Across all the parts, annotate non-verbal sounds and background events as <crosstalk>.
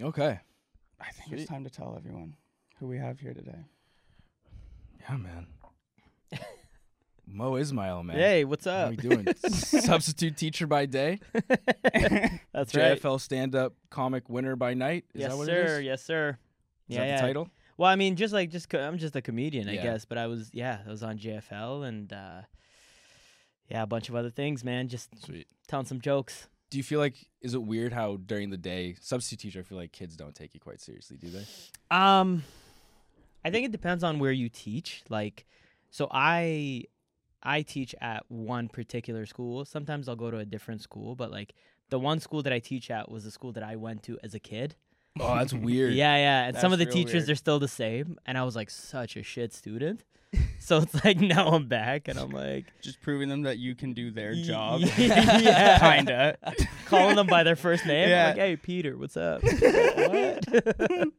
Okay. I think Sweet. it's time to tell everyone who we have here today. Yeah, man. Mo Ismail, man. Hey, what's How up? we doing? Substitute teacher by day, That's right. JFL stand-up comic winner by night. Is yes, that what sir. it is? Yes, sir. Is yeah, that yeah. the title? Well, I mean, just like just co- I'm just a comedian, I Yeah. guess. But I was yeah, I was on JFL and uh, yeah, a bunch of other things, man. Just Sweet. telling some jokes. Do you feel like is it weird how during the day substitute teacher I feel like kids don't take you quite seriously, do they? Um, I think it depends on where you teach. Like, so I I teach at one particular school. Sometimes I'll go to a different school, but like the one school that I teach at was the school that I went to as a kid. Oh, <laughs> that's weird. Yeah, yeah. And some of That's the real teachers weird. they're still the same, and I was like such a shit student. so it's like now I'm back, and I'm like Just proving them that you can do their Y- job. <laughs> yeah. <laughs> Kinda. calling them by their first name. Yeah. I'm like, hey, Peter, what's <laughs> up? what? D-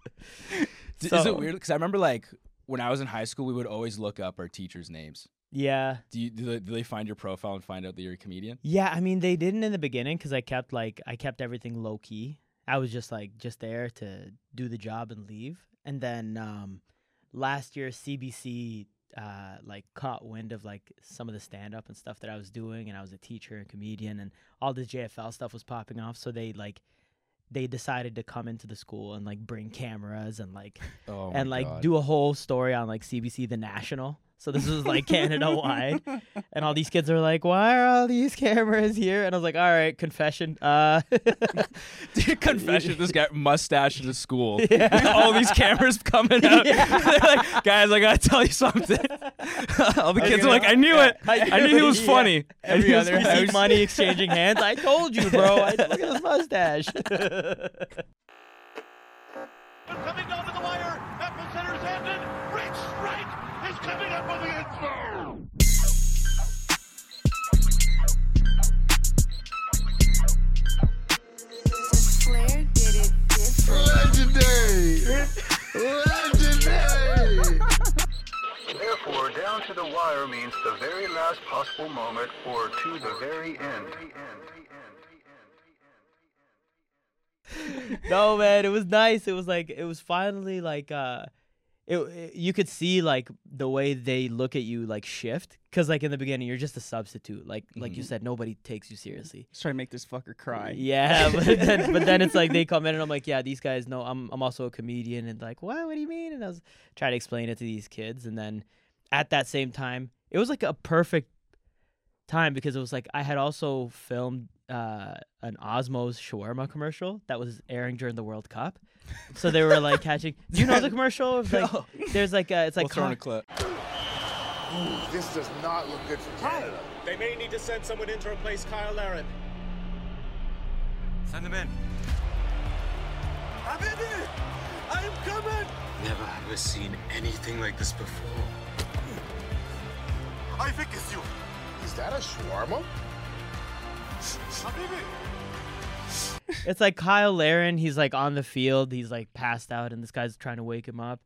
Is So- it weird? Because I remember like when I was in high school, we would always look up our teachers' names. yeah. Do you do they, do they find your profile and find out that you're a comedian? Yeah, I mean they didn't in the beginning because I kept like I kept everything low key. I was just like just there to do the job and leave. And then um last year CBC uh like caught wind of like some of the stand up and stuff that I was doing and I was a teacher and comedian and all the JFL stuff was popping off so they like they decided to come into the school and like bring cameras and like Oh, my and like God. <laughs> do a whole story on like CBC The National. So this was like Canada wide, and all these kids are like, "Why are all these cameras here?" And I was like, "All right, confession." Uh, <laughs> Dear confession, this guy mustache to <laughs> school. Yeah. <laughs> All these cameras coming out. Yeah. <laughs> They're like, guys, I gotta tell you something. <laughs> All the I kids knew are like, it. I knew Yeah. it. I knew he was Yeah. funny. I Every <laughs> knew he was other You funny. see house. money exchanging hands. I told you, bro. I, look at this mustache. <laughs> coming down to the wire. Epicenter's ended. Rich Strike is coming up on the end zone. Flair did it different. Legendary! Legendary! Therefore, down to the wire means the very last possible moment or to the very end. no, man, it was nice. It was like it was finally like uh, it, it- you could see like the way they look at you like shift because like in the beginning you're just a substitute. Like like you said, nobody takes you seriously. Just try to make this fucker cry. <laughs> Yeah, <laughs> but then, but then it's like they come in and I'm like, yeah, these guys know I'm I'm also a comedian and like, what? What do you mean? And I was trying to explain it to these kids, and then at that same time, it was like a perfect time because it was like I had also filmed uh, an Osmos shawarma commercial that was airing during the World Cup, so they were like catching. Do you know the commercial? Of, like, There's like a, it's like We'll <laughs> throw in a cock- clip. This does not look good for Canada. They may need to send someone in to replace Kyle Aaron. Send him in. I'm in it! I'm coming! Never have I seen anything like this before. I think it's you. Is that a shawarma? It's like Kyle Laren. He's like on the field. He's like passed out, and this guy's trying to wake him up.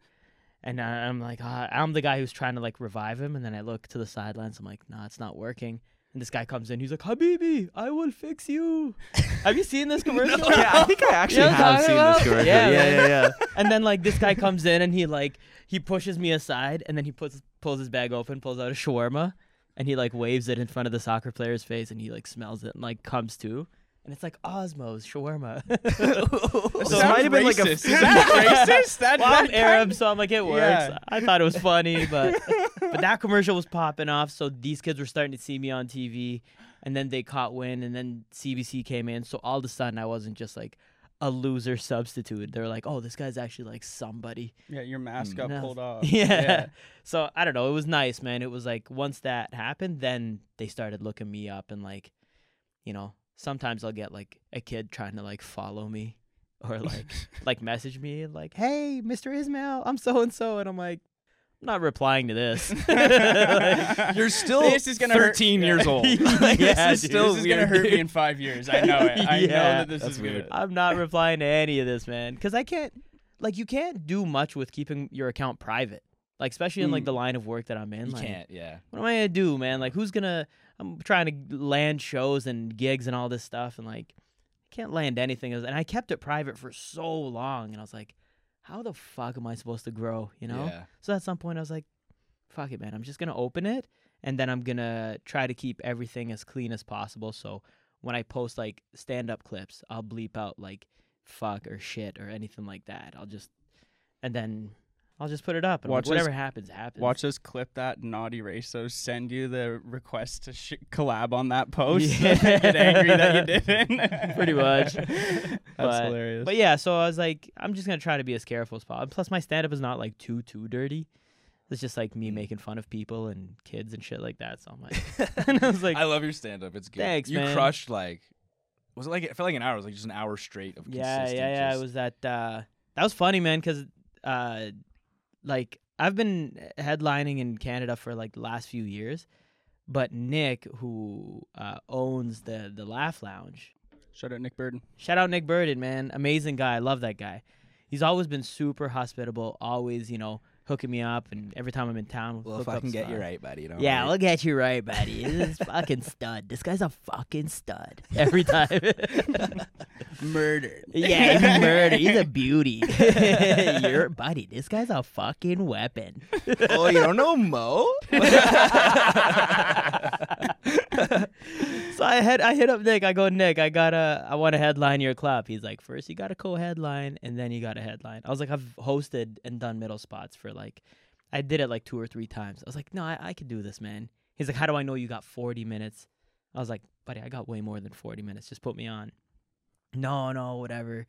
And I- I'm like, ah, I'm the guy who's trying to like revive him. And then I look to the sidelines. I'm like, nah, it's not working. And this guy comes in. He's like, Habibi, I will fix you. have you seen this commercial? Yeah, I think I You actually know what I'm have talking seen about? this commercial. Yeah, yeah, man. yeah, yeah. <laughs> and then like this guy comes in and he like he pushes me aside and then he puts pulls his bag open, pulls out a shawarma, and he like waves it in front of the soccer player's face and he like smells it and like comes to. And it's like Osmos shawarma. <laughs> This might have been like a. Is <laughs> that racist? That, well, I'm that Arab, so I'm like, it works. Yeah. I thought it was funny, but but that commercial was popping off, so these kids were starting to see me on TV, and then they caught wind, and then CBC came in, so all of a sudden I wasn't just like a loser substitute. They were like, oh, this guy's actually like somebody. Yeah, your mask got No. pulled off. <laughs> Yeah. So I don't know. It was nice, man. It was like once that happened, then they started looking me up and like, you know, sometimes I'll get like a kid trying to like follow me <laughs> or like like message me and like, hey, Mr. Ismail, I'm so and so, and I'm like, I'm not replying to this. <laughs> <laughs> Like, You're still This is gonna hurt- 13 yeah. years <laughs> old. Like, Yeah, this is dude. still <laughs> this is weird. gonna hurt me dude. in five years. I know it. <laughs> I know Yeah. that this That's is weird. I'm not replying to any of this, man, because I can't, like, you can't do much with keeping your account private, like, especially in like the line of work that I'm in. Mm. You like, can't, yeah. what am I gonna do, man? Like, who's gonna? I'm trying to land shows and gigs and all this stuff, and like, I can't land anything. And I kept it private for so long, and I was like, how the fuck am I supposed to grow? You know. Yeah. So at some point, I was like, fuck it, man. I'm just going to open it and then I'm going to try to keep everything as clean as possible. So when I post like stand up clips, I'll bleep out like fuck or shit or anything like that. I'll just, and then I'll just put it up. And I'm like, Watch this- whatever happens, happens. Watch us clip that naughty race. So send you the request to sh- collab on that post. Yeah. <laughs> Get angry <laughs> that you didn't. Pretty <laughs> much. That's But- hilarious. But yeah, so I was like, I'm just going to try to be as careful as possible. Plus, my stand up is not like too, too dirty. It's just like Mm. me making fun of people and kids and shit like <laughs> that. So <laughs> <laughs> I'm like, and I was like, I love your stand up. It's good. Thanks, you man. crushed like was it like it felt like an hour, it was like just an hour straight of yeah, consistent yeah, yeah. just- It was that. Uh, that was funny, man. Because uh, like I've been headlining in Canada for like the last few years, but Nick, who uh, owns the the Laugh Lounge, Shout out Nick Burden. shout out Nick Burden, man, amazing guy. I love that guy. He's always been super hospitable. Always, you know, hooking me up, and every time I'm in town, well, hook if I up can get you stuff. right, buddy. You know, Yeah, like- we'll get you right, buddy. This is fucking stud. This guy's a fucking stud. Every time. <laughs> murdered. Yeah, he's murder. He's <laughs> a beauty. Your buddy, this guy's a fucking weapon. oh, you don't know <laughs> Mo? So I head, I hit up Nick. I go, Nick, I gotta, I want to headline your club. He's like, first you got to co-headline, and then you got to headline. I was like, I've hosted and done middle spots for like, I did it like two or three times. I was like, no, I, I could do this, man. He's like, how do I know you got 40 minutes? I was like, buddy, I got way more than 40 minutes. Just put me on. No, no, whatever.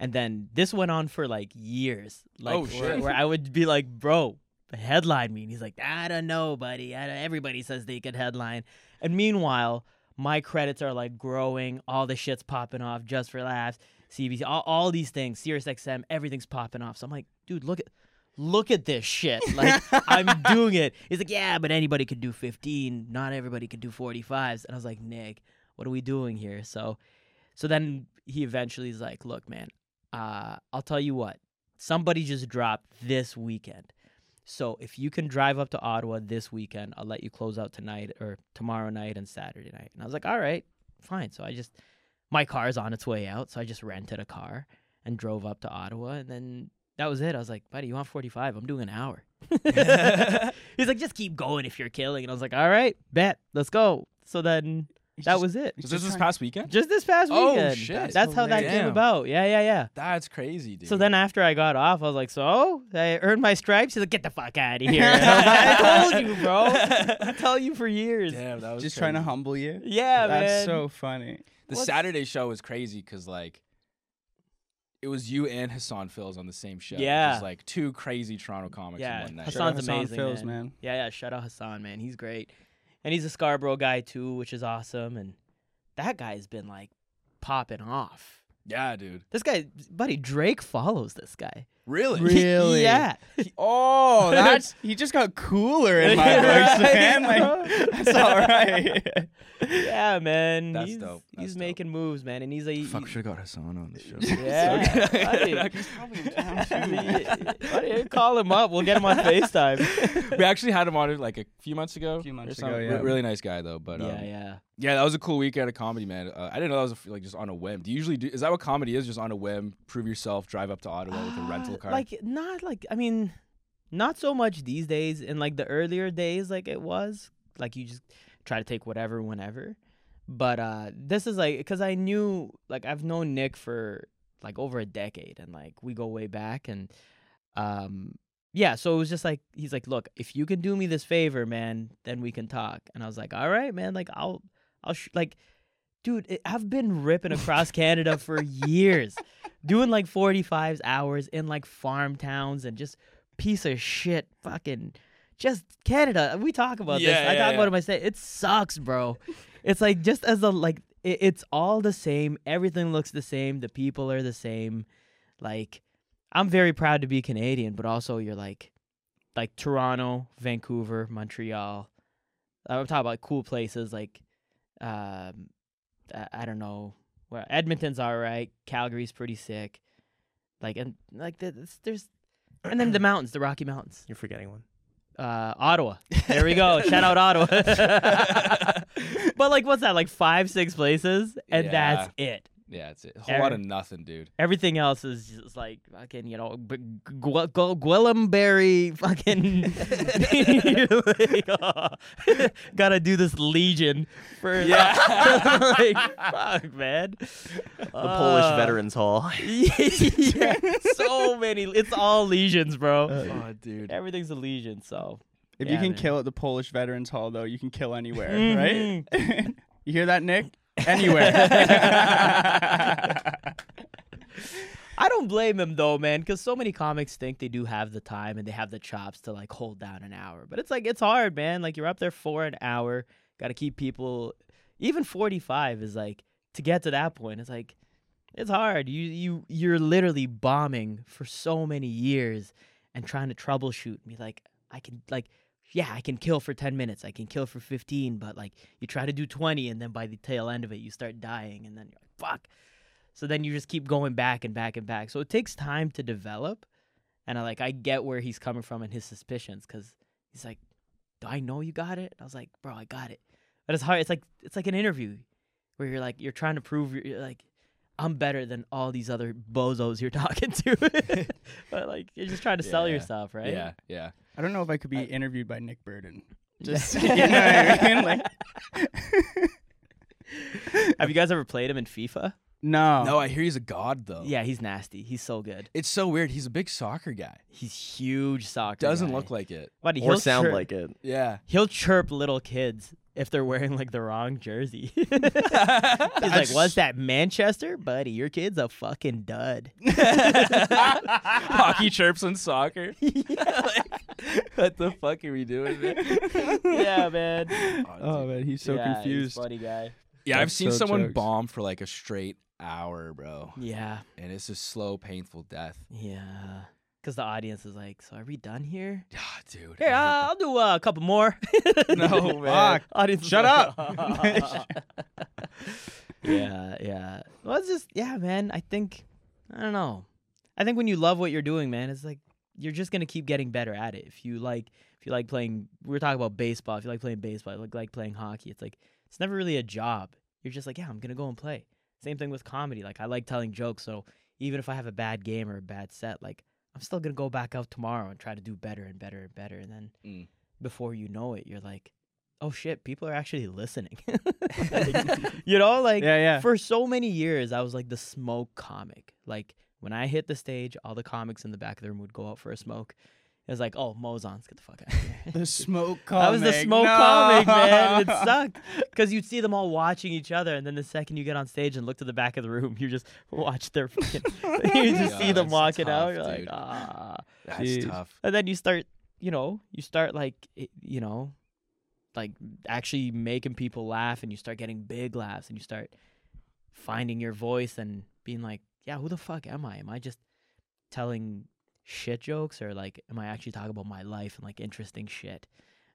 And then this went on for like years. Like, Oh, where- shit. where I would be like, bro, headline me. And he's like, I don't know, buddy. I don't, everybody says they could headline. And meanwhile, my credits are like growing. All the shit's popping off just for laughs. CBC, all, all these things, SiriusXM, everything's popping off. So I'm like, dude, look at. Look at this shit. Like, I'm doing it. He's like, yeah, but anybody could do 15. Not everybody could do 45s. And I was like, Nick, what are we doing here? So, so then he eventually is like, look, man, uh, I'll tell you what. Somebody just dropped this weekend. So if you can drive up to Ottawa this weekend, I'll let you close out tonight or tomorrow night and Saturday night. And I was like, all right, fine. So I just, my car's on its way out. So I just rented a car and drove up to Ottawa. And then that was it. I was like, buddy, you want 45? I'm doing an hour. <laughs> He's like, just keep going if you're killing. And I was like, all right, bet, let's go. So then that was it. Was this this past weekend? Just this past Oh, weekend. shit. That's, that's how that came Damn. about. Yeah, yeah, yeah. That's crazy, dude. So then after I got off, I was like, "So I earned my stripes." He's like, "Get the fuck out of here!" And I, was like, I told you, bro. <laughs> I tell you for years. Damn, that was Just trying to crazy. humble you. Yeah, That's man. so funny. The What's- Saturday show was crazy because like it was you and Hassan Phils on the same show. Yeah. It was like two crazy Toronto comics yeah, in one night. Shout out Hassan's Hassan amazing, Phils, man. man. Yeah, yeah. Shout out Hassan, man. He's great, and he's a Scarborough guy too, which is awesome. And that guy's been like popping off. Yeah, dude. This guy, buddy, Drake follows this guy. <laughs> Really? <laughs> Really? yeah. <laughs> Oh, that's he just got cooler in my books, Right, man. <laughs> bro. Like, that's all right. Yeah, man. That's he's dope. he's That's dope. making moves, man, and he's a Fuck, should have got Hassan on the show. Yeah. <laughs> buddy. <laughs> Why don't you call him up. We'll get <laughs> him on FaceTime. <laughs> we actually had him on it like a few months ago. Few or months ago, something. Re- yeah. Really nice guy though. But um, yeah, yeah. yeah, that was a cool weekend of comedy, man. Uh, I didn't know that was a f like just on a whim. Do you usually do? Is that what comedy is? Just on a whim, prove yourself, drive up to Ottawa <gasps> with a rental Uh, car. Like not like I mean, not so much these days. In like the earlier days, like it was like you just try to take whatever whenever. But uh this is like because I knew like I've known Nick for like over a decade, and like we go way back, and um yeah. So it was just like he's like, look, if you can do me this favor, man, then we can talk. And I was like, all right, man, like I'll I'll sh-, like. Dude, it- I've been ripping across Canada for years doing like 45 hours in like farm towns and just piece of shit fucking just Canada. We talk about this. Yeah, I yeah, talk about yeah. it myself. It sucks, bro. it's like just as a like it, it's all the same. Everything looks the same. The people are the same. Like I'm very proud to be Canadian, but also you're like like Toronto, Vancouver, Montreal. I'm talking about cool places like um I, I don't know where Edmonton's all right, Calgary's pretty sick. Like and like th- it's- there's <clears throat> and then the mountains, the Rocky Mountains. You're forgetting one. Uh Ottawa. <laughs> There we go. Shout out Ottawa. <laughs> but like what's that? Like 5 6 places and that's it. Yeah, it's it. A whole lot of nothing, dude. Everything else is just like fucking, you know, b- gu- gu- Gwillimberry fucking. <laughs> You're like, "Oh, gotta do this Legion for. Yeah. <laughs> like, fuck, man. Uh, The Polish Veterans Hall. <laughs> yeah, so many. It's all lesions, bro. Oh, dude. Everything's a lesion, so. If you Yeah, can man. kill at the Polish Veterans Hall, though, you can kill <laughs> anywhere, right? <laughs> you hear that, Nick? <laughs> Anywhere. I don't blame them though, man, because so many comics think they do have the time and they have the chops to like hold down an hour. But it's like it's hard, man. Like you're up there for an hour, gotta keep people even forty five is like to get to that point, it's like it's hard. You you you're literally bombing for so many years and trying to troubleshoot and be like, I can like yeah, I can kill for 10 minutes. I can kill for 15, but like you try to do 20 and then by the tail end of it you start dying and then you're like, fuck. So then you just keep going back and back and back. So it takes time to develop. And I like I get where he's coming from and his suspicions because he's like, "Do I know you got it?" And I was like, "Bro, I got it." But it's hard. It's like it's like an interview where you're like you're trying to prove you're, you're like I'm better than all these other bozos you're <laughs> talking to, <laughs> but like you're just trying to sell Yeah. yourself, right? <laughs> Yeah, yeah. I don't know if I could be interviewed by Nick <laughs> Burden. Just you know what I mean? Like, Have you guys ever played him in FIFA? <laughs> no, No, I hear he's a god though. Yeah, he's nasty. He's so good. It's so weird. He's a big soccer guy. He's huge soccer. Doesn't guy. look like it. Buddy, Or he'll sound chirp- like it. Yeah. he'll chirp little kids if they're wearing like the wrong jersey. <laughs> He's like, "What's that, Manchester, buddy? Your kid's a fucking dud." <laughs> Hockey chirps and <laughs> soccer. Like, what the fuck are we doing? Man? <laughs> yeah, man. Oh man, he's so yeah, confused. He's funny guy. Yeah, I've That's seen so someone jokes. bomb for like a straight hour, bro, Yeah, and it's a slow, painful death. yeah. Because the audience is like, "So are we done here?" Ah, dude. Here, uh, I'll do uh, a couple more. no man. audience, is Shut <laughs> <laughs> like, up. <laughs> yeah, yeah. Well, it's just yeah, man. I think I don't know. I think when you love what you're doing, man, it's like you're just gonna keep getting better at it. If you like, if you like playing, we were talking about baseball. If you like playing baseball, like like playing hockey, it's like it's never really a job. You're just like, yeah, I'm gonna go and play. Same thing with comedy. Like I like telling jokes, so even if I have a bad game or a bad set, like I'm still gonna go back out tomorrow and try to do better and better and better. And then Mm. before you know it, you're like, oh shit, people are actually listening. <laughs> <laughs> Like, you know, like Yeah, yeah. for so many years, I was like the smoke comic. Like when I hit the stage, all the comics in the back of the room would go out for a smoke. It was like, oh, Mozon's get the fuck out of here. the smoke comic. I was the smoke No. comic, man. <laughs> <laughs> and It sucked because you'd see them all watching each other, and then the second you get on stage and look to the back of the room, you just watch their fucking. <laughs> you just Yeah, see them that's walking out. tough, You're like, dude. ah. That's Jeez. tough. And then you start, you know, you start like, i- you know, like actually making people laugh and you start getting big laughs and you start finding your voice and being like, yeah, who the fuck am I? Am I just telling shit jokes or like, am I actually talking about my life and like interesting shit?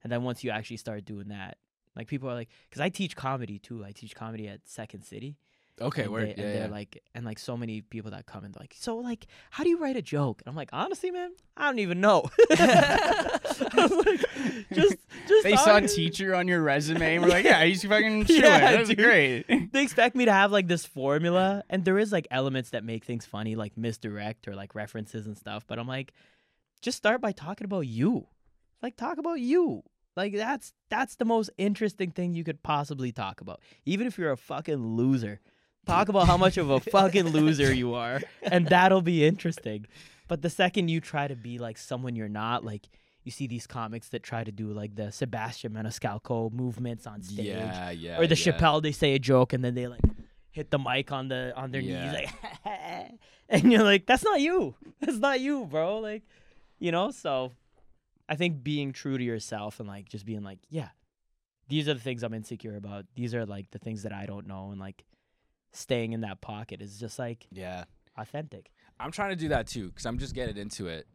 And then once you actually start doing that, like people are like, because I teach comedy too. I teach comedy at Second City. Okay, And word. they- yeah, and yeah. they're like, and like so many people that come and they're like, so like, how do you write a joke? And I'm like, honestly, man, I don't even <laughs> know. <laughs> I was like, just, just They saw hon- teacher on your resume. And we're like, yeah, he's fucking chilling. Yeah, That's dude. great. <laughs> <laughs> They expect me to have like this formula, and there is like elements that make things funny, like misdirect or like references and stuff. But I'm like, just start by talking about you. Like talk about you. Like that's that's the most interesting thing you could possibly talk about. Even if you're a fucking loser. Talk about how much of a fucking loser you are and that'll be interesting. But the second you try to be like someone you're not, like you see these comics that try to do like the Sebastian Maniscalco movements on stage yeah, yeah. or the yeah. Chappelle, they say a joke and then they like hit the mic on the on their Yeah. knees, like, <laughs> and you're like, that's not you, that's not you, bro. Like, you know. So, I think being true to yourself and like just being like, yeah, these are the things I'm insecure about. These are like the things that I don't know, and like staying in that pocket is just like Yeah. authentic. I'm trying to do that too because I'm just getting into it.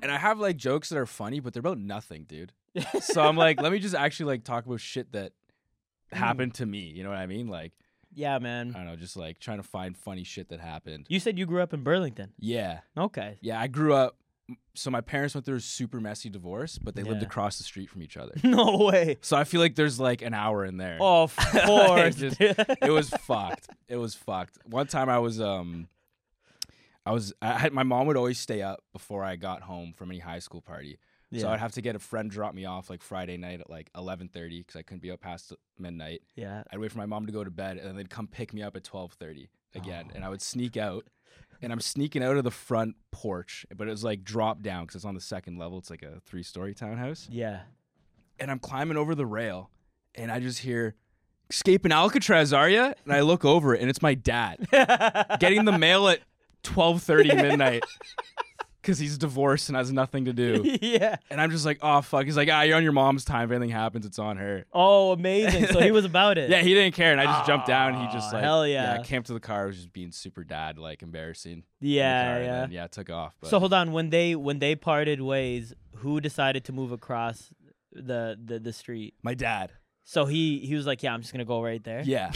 And I have like jokes that are funny, but they're about nothing, <laughs> dude. so I'm like, let me just actually like talk about shit that happened to me. You know what I mean? Like, Yeah, I man. don't know, just like trying to find funny shit that happened. You said you grew up in Burlington. Yeah. Okay. Yeah. I grew up, so my parents went through a super messy divorce, but they lived Yeah. across the street from each <laughs> other. No way. <laughs> So I feel like there's like an hour in there. Oh, Of <laughs> course. just- dude. it was fucked. It was fucked. One time I was um I was I had my mom would always stay up before I got home from any high school party. So Yeah. I'd have to get a friend drop me off like Friday night at like 11:30 cuz I couldn't be up past midnight. <laughs> yeah. I'd wait for my mom to go to bed and then they'd come pick me up at 12:30 again and I would sneak out and I'm sneaking out of the front porch, but it was like drop down cuz it's on the second level. It's like a three-story townhouse <laughs> Yeah. and I'm climbing over the rail, and I just hear escaping Alcatraz, are ya? And I look over, and it's my dad getting the mail at 12:30 midnight because he's divorced and has nothing to do. <laughs> yeah. And I'm just like, oh fuck. He's like, ah, you're on your mom's time. If anything happens, it's on her. Oh, amazing. So he was about it. <laughs> Yeah, he didn't care, and I just jumped down. and He just Aw, like, hell yeah. came to the car. I was just being super dad, like embarrassing. in the car, Yeah. and Yeah. then, yeah, took off. But So hold on. When they when they parted ways, who decided to move across the the, the street? my <laughs> dad, So he he was like, yeah, I'm just gonna go right there. <laughs> yeah,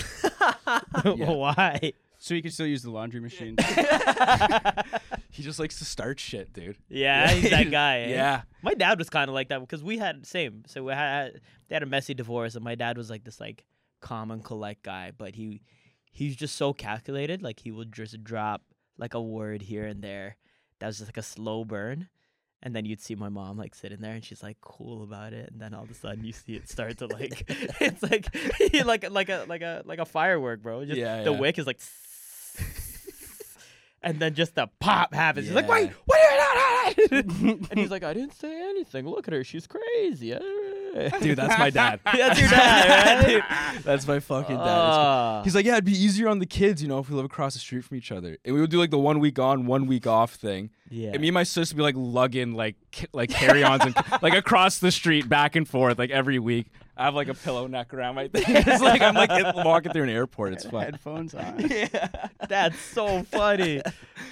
yeah. Why? <laughs> So you can still use the laundry machine. <laughs> he just likes to start shit, dude. Yeah, he's <laughs> that guy. eh? Yeah. My dad was kind of like that because we had same. So we had they had a messy divorce, and my dad was like this like calm and collect guy, but he he's just so calculated. Like he will just drop like a word here and there. That was just like a slow burn. And then you'd see my mom like sitting there, and she's like cool about it. And then all of a sudden, you see it start to like, <laughs> it's like like like a like a like a firework, bro. Just, Yeah, the yeah. wick is like, <laughs> and then just the pop happens. He's like, Yeah. wait, what are you doing? <laughs> and he's like, I didn't say anything. Look at her, she's crazy. <laughs> Dude, that's my dad. That's your <laughs> dad, right? That's my fucking dad. It's cr- Ah. He's like, yeah, it'd be easier on the kids, you know, if we live across the street from each other, and we would do like the one week on, one week off thing. yeah. And me and my sister would be like lugging like ca- like carry-ons and <laughs> like across the street back and forth like every week. I have like a pillow neck around my <laughs> thing. it's like I'm like walking through an airport. It's <laughs> fun. Headphones on. That's so funny.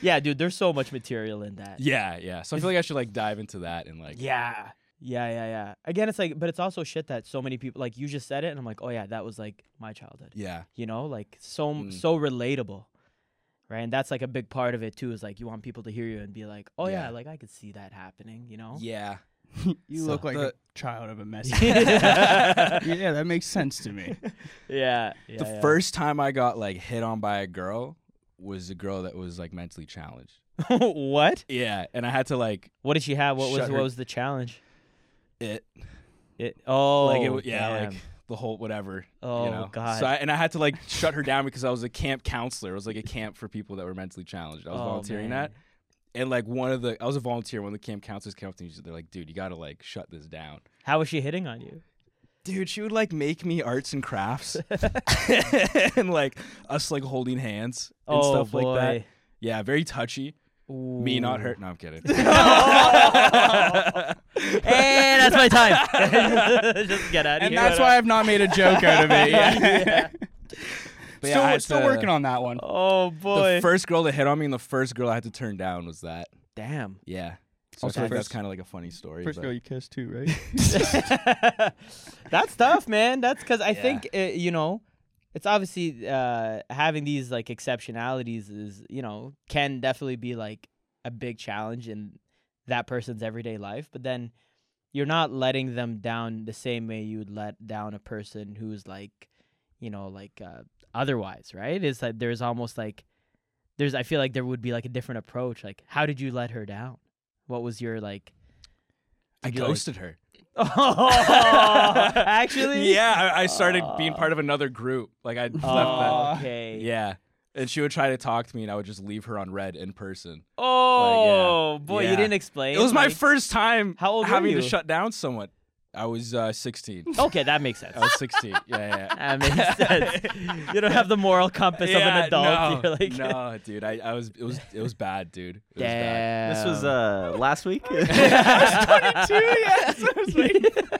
yeah, dude, there's so much material in that. Yeah, yeah. So I feel like I should like dive into that and like Yeah. Yeah, yeah, yeah. Again, it's like, but it's also shit that so many people, like, you just said it, and I'm like, oh, yeah, that was like my childhood. yeah, You know, like, so, Mm. so relatable. Right. And that's like a big part of it, too, is like, you want people to hear you and be like, oh, yeah, Yeah. like, I could see that happening, you know? yeah. You So look like the- a child of a <laughs> mess. Yeah. <laughs> yeah, that makes sense to me. Yeah. the yeah, yeah. first time I got like hit on by a girl was a girl that was like mentally challenged. <laughs> what? Yeah, and I had to like What did she have? What was, Shut her- what was the challenge? it It, oh, like it, w- yeah, like damn. the whole whatever. Oh, you know? God. So I, and I had to like shut her down because I was a camp counselor. It was like a camp for people that were mentally challenged. I was Oh, volunteering man. that, and like one of the I was a volunteer. One of the camp counselors came up to me. They're like, "Dude, you gotta like shut this down." How was she hitting on you? Dude, she would like make me arts and <laughs> crafts, and like us like holding hands and oh, stuff boy. like that. Yeah, very touchy. Me, not Ooh. her. No, I'm <laughs> kidding. <laughs> hey, that's my time. <laughs> Just get out of And here. that's why I've not made a joke out of it. Yeah. <laughs> But yeah, Still, I had still to- working on that <laughs> one. Oh boy. The first girl that hit on me and the first girl I had to turn down was that. Damn. Yeah. So I Also think first- that's kind of like a funny story. First but- girl you kissed too, right? <laughs> that's tough, man. That's because I Yeah. think uh you know, it's obviously uh, having these like exceptionalities is you know can definitely be like a big challenge in that person's everyday life, but then you're not letting them down the same way you would let down a person who's like, you know, like uh, otherwise, right? Is that there's almost like there's I feel like there would be like a different approach. Like, how did you let her down? What was your like? I Did you, like- ghosted her. Oh, <laughs> actually, Yeah, I, I started being part of another group. Like I left Oh, that. okay. Yeah. And she would try to talk to me and I would just leave her on red in person. Oh Like, yeah. boy, you Yeah. didn't explain. It was my like- first time How old were having you? to shut down someone. I was uh, <laughs> 16. Okay, that makes sense. I was 16. Yeah, <laughs> yeah. that <laughs> makes sense. You don't have the moral compass of an Yeah, adult. no, You're like, no, dude. I, I was it was it was bad, dude. It was bad. damn. This was uh last <laughs> week. <laughs>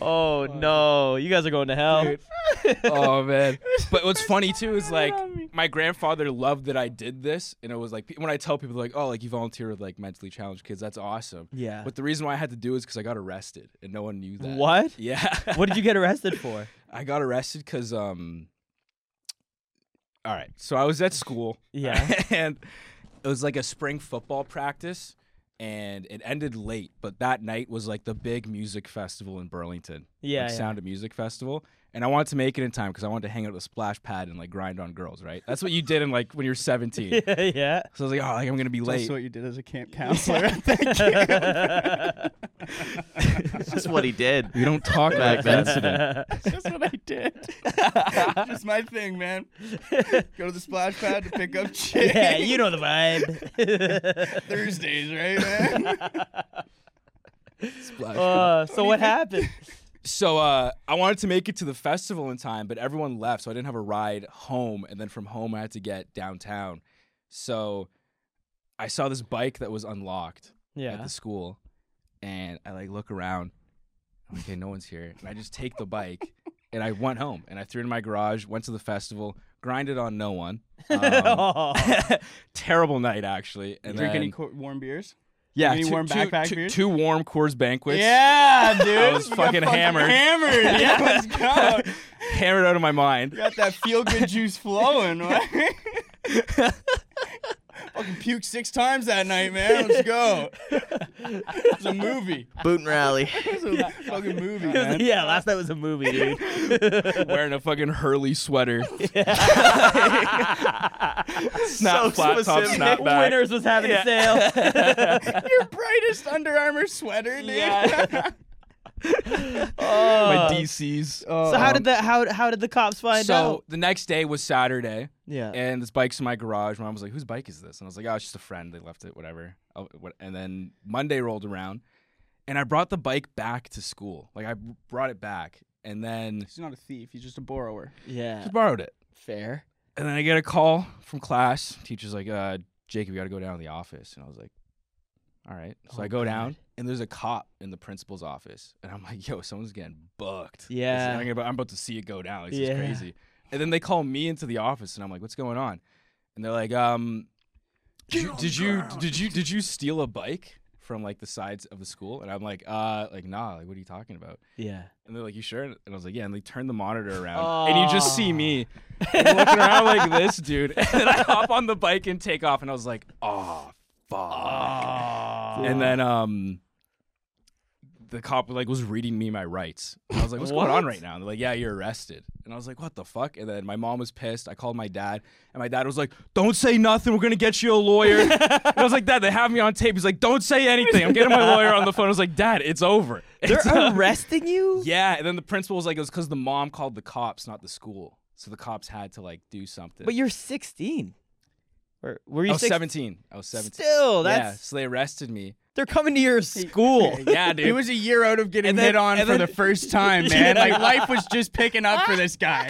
oh no, you guys are going to hell. oh <laughs> man but what's funny too is like my grandfather loved that i did this and it was like pe- when i tell people like oh like you volunteer with like mentally challenged kids that's awesome Yeah. but the reason why i had to do it is because i got arrested and no one knew that <laughs> What? yeah <laughs> What did you get arrested for? i got arrested because um all right so i was at school <laughs> Yeah. and it was like a spring football practice and it ended late but that night was like the big music festival in burlington Yeah, like yeah. sound of music festival and i wanted to make it in time because i wanted to hang out with a splash pad and like grind on girls right that's what you did in like when you were 17 <laughs> <laughs> yeah. so i was like oh like, i'm gonna be That's late what you did as a <laughs> camp counselor. I think. It's just what he did. we don't <laughs> talk Back then. about that incident That's what I <laughs> did. Just my thing, man. Go to the splash pad to <laughs> pick up chicks. Yeah, you know the vibe. Thursdays, right, man? Splash pad. <laughs> uh, so what happened? so uh, I wanted to make it to the festival in time, but everyone left, so I didn't have a ride home. And then from home, I had to get downtown. So I saw this bike that was unlocked at Yeah. <laughs> the school, and I like look around. I'm like, Okay, no one's here, and I just take the bike and I went home and I threw it in my garage. Went to the festival, grinded on no one. <laughs> Um, <laughs> Oh. <laughs> terrible night actually. And Drink then, any co- warm beers? yeah, any two, warm two- backpack two- beers? two warm Coors banquets. Yeah, dude. I was You got fucking hammered. <laughs> Hammered. Yeah, let's go. hammered out of my mind. Got that feel good juice <laughs> flowing, right? fucking puked six times that night, man. Let's go. It's a movie. Boot and rally. It's a fucking <laughs> movie, man. yeah, last night was a movie, dude. wearing a fucking <laughs> Hurley sweater. <laughs> Snap So flat top <laughs> specific. snapback. Winners was having a sale. <laughs> Your brightest Under Armour sweater, <laughs> dude. Uh, My DCs. Uh, so how um, did the how how did the cops find so out? the next day was Saturday, Yeah. and this bike's in my garage. My mom was like, "Whose bike is this?" And I was like, "Oh, it's just a friend. They left it, whatever." Oh, what- And then Monday rolled around, and I brought the bike back to school. Like I brought it back, and then He's not a thief. He's just a borrower. yeah. just borrowed it. Fair. And then I get a call from class. Teacher's like, uh, "Jacob, you got to go down to the office." And I was like, "All right." So Oh, I go God. down, and there's a cop in the principal's office, and I'm like, "Yo, someone's getting booked." Yeah. I'm about, I'm about to see it go down. Like, This Yeah. is crazy. And then they call me into the office, and I'm like, "What's going on?" And they're like, "Um, did you did you, did you did you steal a bike from like the sides of the school?" And I'm like, "Uh, like nah. Like, what are you talking about?" Yeah. And they're like, "You sure?" And I was like, "Yeah." And they turn the monitor around, and you just see Oh. me looking around like this, dude. And then I hop on the bike and take off, and I was like, "Oh, fuck!" Uh, <laughs> And then um, the cop like was reading me my rights. And I was like, "What's going on right now?" And they're like, "Yeah, you're arrested." And I was like, "What the fuck?" And then my mom was pissed. I called my dad, and my dad was like, "Don't say nothing. We're gonna get you a lawyer." and I was like, "Dad, they have me on tape." He's like, "Don't say anything." I'm getting my lawyer on the phone. I was like, "Dad, it's over." <laughs> They're It's uh, arresting you? yeah, and then the principal was like, it was because the mom called the cops, not the school. So the cops had to like do something. But you're 16. Or were I you was 16? 17. I was 17. Still, yeah, that's so they arrested <laughs> me. they're coming to your school. Yeah, dude. He was a year out of getting And then- hit on and for then- the first time, man. Like life was just picking up for <laughs> this guy,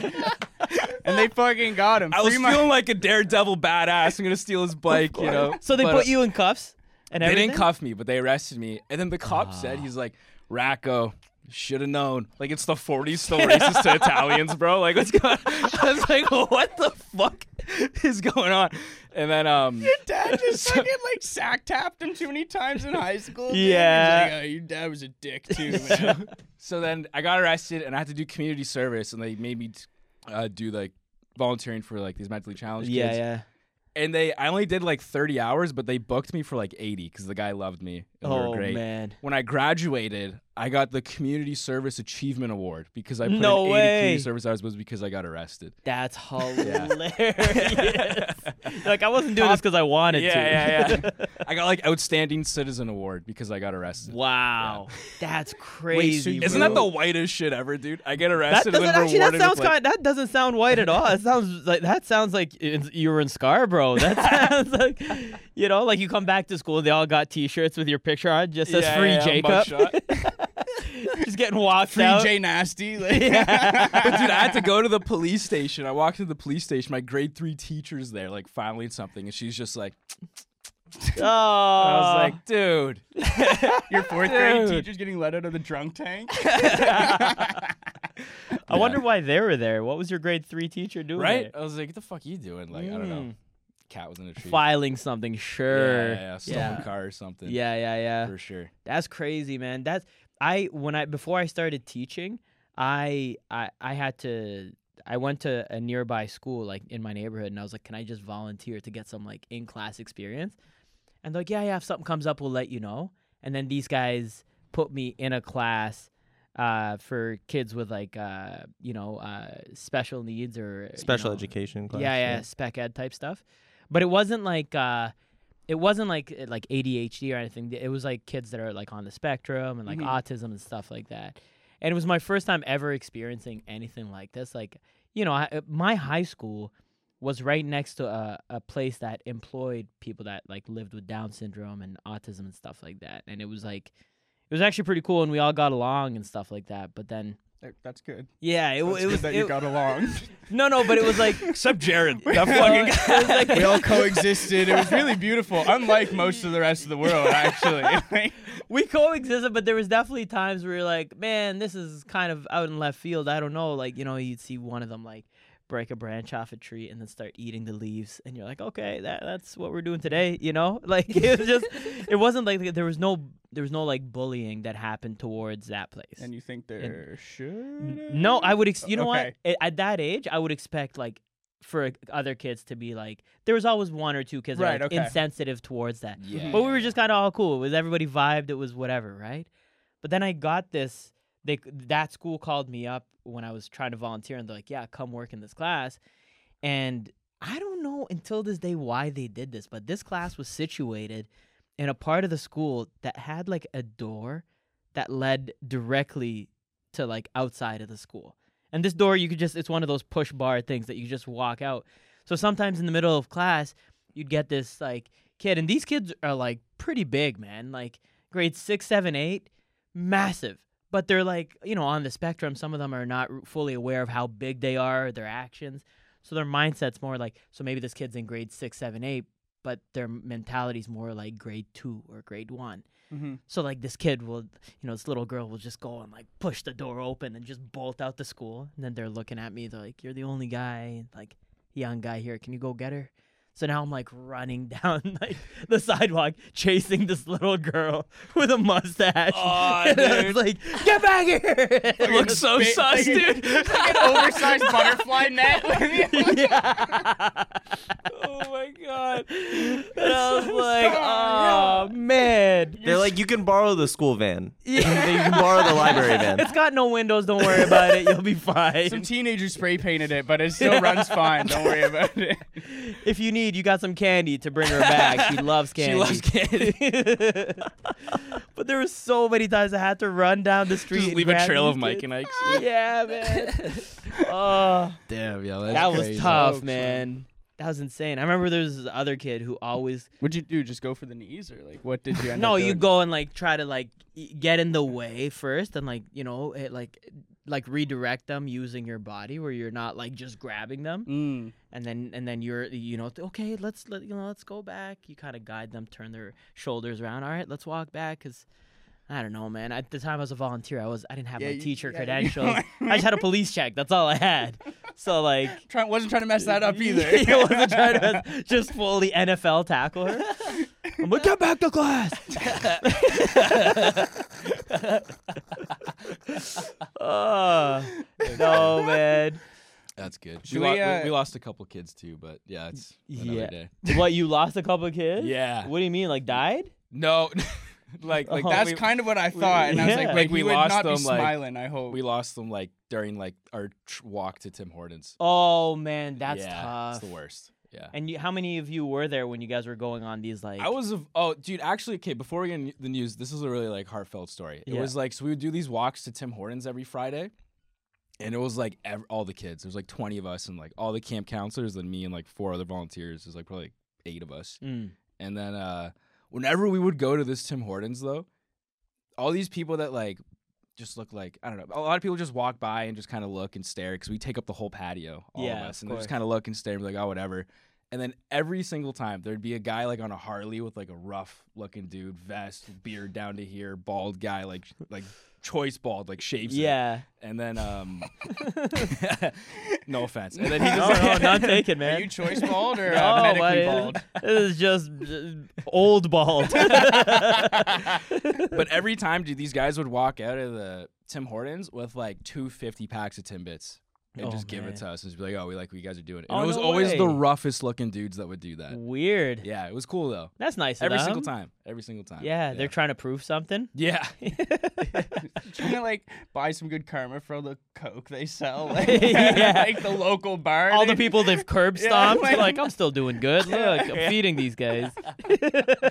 and they fucking got him. <laughs> I was Free my- feeling like a daredevil badass. I'm gonna steal his bike, you know. <laughs> so they But, put uh, you in cuffs and They everything. didn't cuff me, but they arrested me. And then the cop Ah. said, he's like, Racco. Should have known. Like it's the 40s, still racist <laughs> to Italians, bro. Like what's going? <laughs> I was like, what the fuck is going on? And then um, <laughs> Dad just fucking like sack tapped him too many times in high school. dude. Yeah. He's like, oh, your dad was a dick too, <laughs> man. So then I got arrested and I had to do community service, and they made me uh, do like volunteering for like these mentally challenged Yeah, kids. yeah. And they, I only did like 30 hours, but they booked me for like 80 because the guy loved me. And we Oh were great. man. When I graduated, I got the community service achievement award because I put No in 80 way. community service hours was because I got <laughs> arrested. <laughs> That's hilarious. <laughs> like I wasn't doing this cuz I wanted to. <laughs> yeah, yeah, yeah. <laughs> I got like outstanding citizen award because I got arrested. Wow. <laughs> That's crazy. Isn't bro. that the whitest shit ever, dude? I get that arrested doesn't and then actually. That rewarded sounds with, like, kind. That doesn't sound white at all. It sounds like that sounds like in- you were <laughs> in Scarborough. That sounds like, you know, like you come back to school. They all got T-shirts with your picture on. It Just says Yeah, "Free yeah, Jacob." mugshot. <laughs> Just getting walked Free out. <laughs> J Nasty. Like, <laughs> but dude, I had to go to the police station. I walked into the police station. My grade three teacher's there, like filing something, and she's just like, oh, I was like, dude, Your fourth grade Dude. teacher's getting let out of the drunk tank. <laughs> I wonder why they were there. What was your grade three teacher doing? right? there? I was like, what the fuck you doing? Like, I don't Mm. know. Cat was in a tree. Filing something, Yeah, sure. yeah, yeah, stolen yeah. car or something. Yeah, yeah, yeah. for sure. That's crazy, man. That's I when I before I started teaching, I I I had to I went to a nearby school, like in my neighborhood, and I was like, "Can I just volunteer to get some like in class experience?" And they're like, "Yeah, yeah. If something comes up, we'll let you know." And then these guys put me in a class uh, for kids with like uh, you know uh, special needs or you Special know, education class. yeah, yeah, spec ed type stuff. But it wasn't like uh it wasn't like uh, like ADHD or anything. It was like kids that are like on the spectrum and like Mhm. autism and stuff like that. And it was my first time ever experiencing anything like this. Like, you know, I, uh, my high school was right next to a, a place that employed people that like lived with Down syndrome and autism and stuff like that. And it was like, it was actually pretty cool, and we all got along and stuff like that. But then, That- That's good. yeah, it, w- That's it good was that you it- got along. no, no, but it was <laughs> like <laughs> Except Jared. That Well, fucking guy. <laughs> it was like- we <laughs> all coexisted. It was really beautiful, unlike most of the rest of the world, actually. <laughs> <laughs> Like, we coexisted, but there was definitely times where you're like, man, this is kind of out in left field. I don't know. Like, you know, you'd see one of them like break a branch off a tree and then start eating the leaves, and you're like, okay, that that's what we're doing today. You know, <laughs> like it was <laughs> just, it wasn't like there was no there was no like bullying that happened towards that place. and you think there should? No, I would. Ex- you know Okay. what? A- At that age, I would expect like for other kids to be like there was always one or two kids that Right, were like, okay. insensitive towards that. Yeah. But we were just kind of all cool. It was everybody vibed. It was whatever, right? But then I got this. They that school called me up when I was trying to volunteer, and they're like, "Yeah, come work in this class." And I don't know until this day why they did this, but this class was situated in a part of the school that had like a door that led directly to like outside of the school. And this door, you could just, it's one of those push bar things that you just walk out. So sometimes in the middle of class, you'd get this like kid, and these kids are like pretty big, man, like grade six, seven, eight, massive. But they're like, you know, on the spectrum. Some of them are not r- fully aware of how big they are, their actions. So their mindset's more like, so maybe this kid's in grade six, seven, eight, but their mentality's more like grade two or grade one. Mm-hmm. Mhm. So like this kid will, you know, this little girl will just go and like push the door open and just bolt out the school. And then they're looking at me. They're like, "You're the only guy, like young guy here. Can you go get her?" So now I'm like running <laughs> down like the sidewalk, chasing this little girl <laughs> with a mustache. Aw, <laughs> and I dude. was like, "Get back <laughs> here!" <laughs> It looks so Big- sus, <laughs> dude. like an oversized <laughs> butterfly net. with you. yeah. oh my god. And I was like, Yeah. "Oh man." <laughs> They're like, you can borrow the school van. you can borrow <laughs> <laughs> the library van. It's got no windows. Don't worry about <laughs> it. You'll be fine. <laughs> Some teenager spray painted it, but it still runs fine. Don't <laughs> worry about it. if you need, you got some candy to bring her <laughs> back. She loves candy. She loves candy. <laughs> but there were so many times I had to run down the street. Just and leave a grab trail these of Mike kids. and <laughs> Ike's. Yeah, <laughs> man. <laughs> oh, Damn, yo, that was tough, man. That was insane. I remember there was this other kid who always What'd you do? Just go for the knees, or like, what did you? End no, up you doing? go and like try to like y- get in the way first, and like you know, it, like like redirect them using your body where you're not like just grabbing them. Mm. and then and then you're you know okay let's let you know let's go back you kind of guide them turn their shoulders around all right let's walk back because i don't know man at the time i was a volunteer i was i didn't have Yeah, my you- teacher yeah, you- <laughs> credentials i just had a police check that's all i had so like Try, wasn't trying to mess that <laughs> up either. I wasn't trying to just fully nfl tackle her i'm like get back to class oh no man That's good. We, Should lo- we, uh, we- we lost a couple kids too, but yeah, it's another yeah. day. what you lost a couple of kids Yeah. what do you mean like died No, <laughs> like like Oh, that's <laughs> That's we, kind of what I thought, and I was Yeah. like, Like, like we we would lost not be them, like- smiling. I hope. we lost them like during like our tr- walk to Tim Hortons. Oh man, that's yeah, tough. It's the worst. Yeah. And you, how many of you were there when you guys were going on these like? I was a, oh dude actually okay before we get in the news this is a really like heartfelt story it Yeah. was like so we would do these walks to Tim Hortons every Friday and it was like ev- all the kids there's like 20 of us and like all the camp counselors and me and like four other volunteers there's like probably like, eight of us Mm. and then uh whenever we would go to this Tim Hortons though all these people that like just look like I don't know a lot of people just walk by and just kind of look and stare because we take up the whole patio all Yeah, of of us and they just course. kind of look and stare and be like oh whatever and then every single time there'd be a guy like on a Harley with like a rough looking dude, vest, beard down to here, bald guy, like like choice bald, like shaves. it. yeah. And then <laughs> um <laughs> No offense. And then he No, just Oh, <laughs> no, not taken, man. Are you choice <laughs> bald or No, uh, but medically it- bald? <laughs> This is just uh, old bald. But every time dude, these guys would walk out of the Tim Hortons with like two fifty packs of Timbits. and Oh, just give man. it to us and just be like, oh, we like what you guys are doing. And Oh, it was no always the way. roughest looking dudes that would do that. Weird. Yeah, it was cool though. That's nice. of Every single them. time. Every single time. Yeah, they're trying to prove something. Yeah. <laughs> Trying to like buy some good karma for the coke they <laughs> sell, like, Yeah. like the local bar. All they- the people they've curb Yeah, stomped, like- like I'm still doing good. Look, I'm Yeah. feeding these guys. <laughs>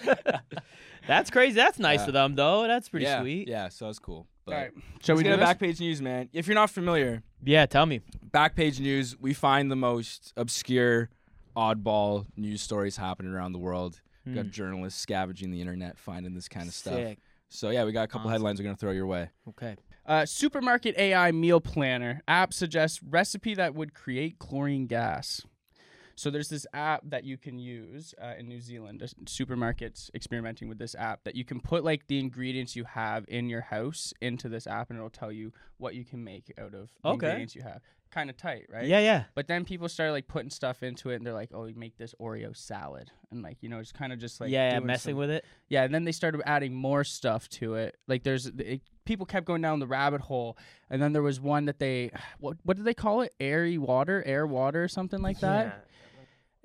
That's crazy. That's nice Yeah. of them, though. That's <laughs> pretty yeah, sweet. Yeah, so that's cool. But All right, Shall shall we get do to this? Backpage News, man? If you're not familiar, Yeah, tell me. Backpage News, we find the most obscure, oddball news stories happening around the world. We got journalists scavenging the internet, finding this kind of stuff. Hmm. Sick. So yeah, we got a couple Awesome. headlines we're gonna throw your way. Okay. Uh, supermarket AI meal planner app suggests recipe that would create chlorine gas. So there's this app that you can use uh, in New Zealand. uh, Supermarkets experimenting with this app that you can put like the ingredients you have in your house into this app, and it'll tell you what you can make out of the Okay. ingredients you have. Kind of tight, right? Yeah, yeah. But then people started like putting stuff into it, and they're like, "Oh, you make this Oreo salad," and like you know, it's kind of just like yeah, yeah, doing messing some- with it. yeah, and then they started adding more stuff to it. Like there's it, people kept going down the rabbit hole, and then there was one that they <sighs> what what did they call it? Airy water, air water, or something like that.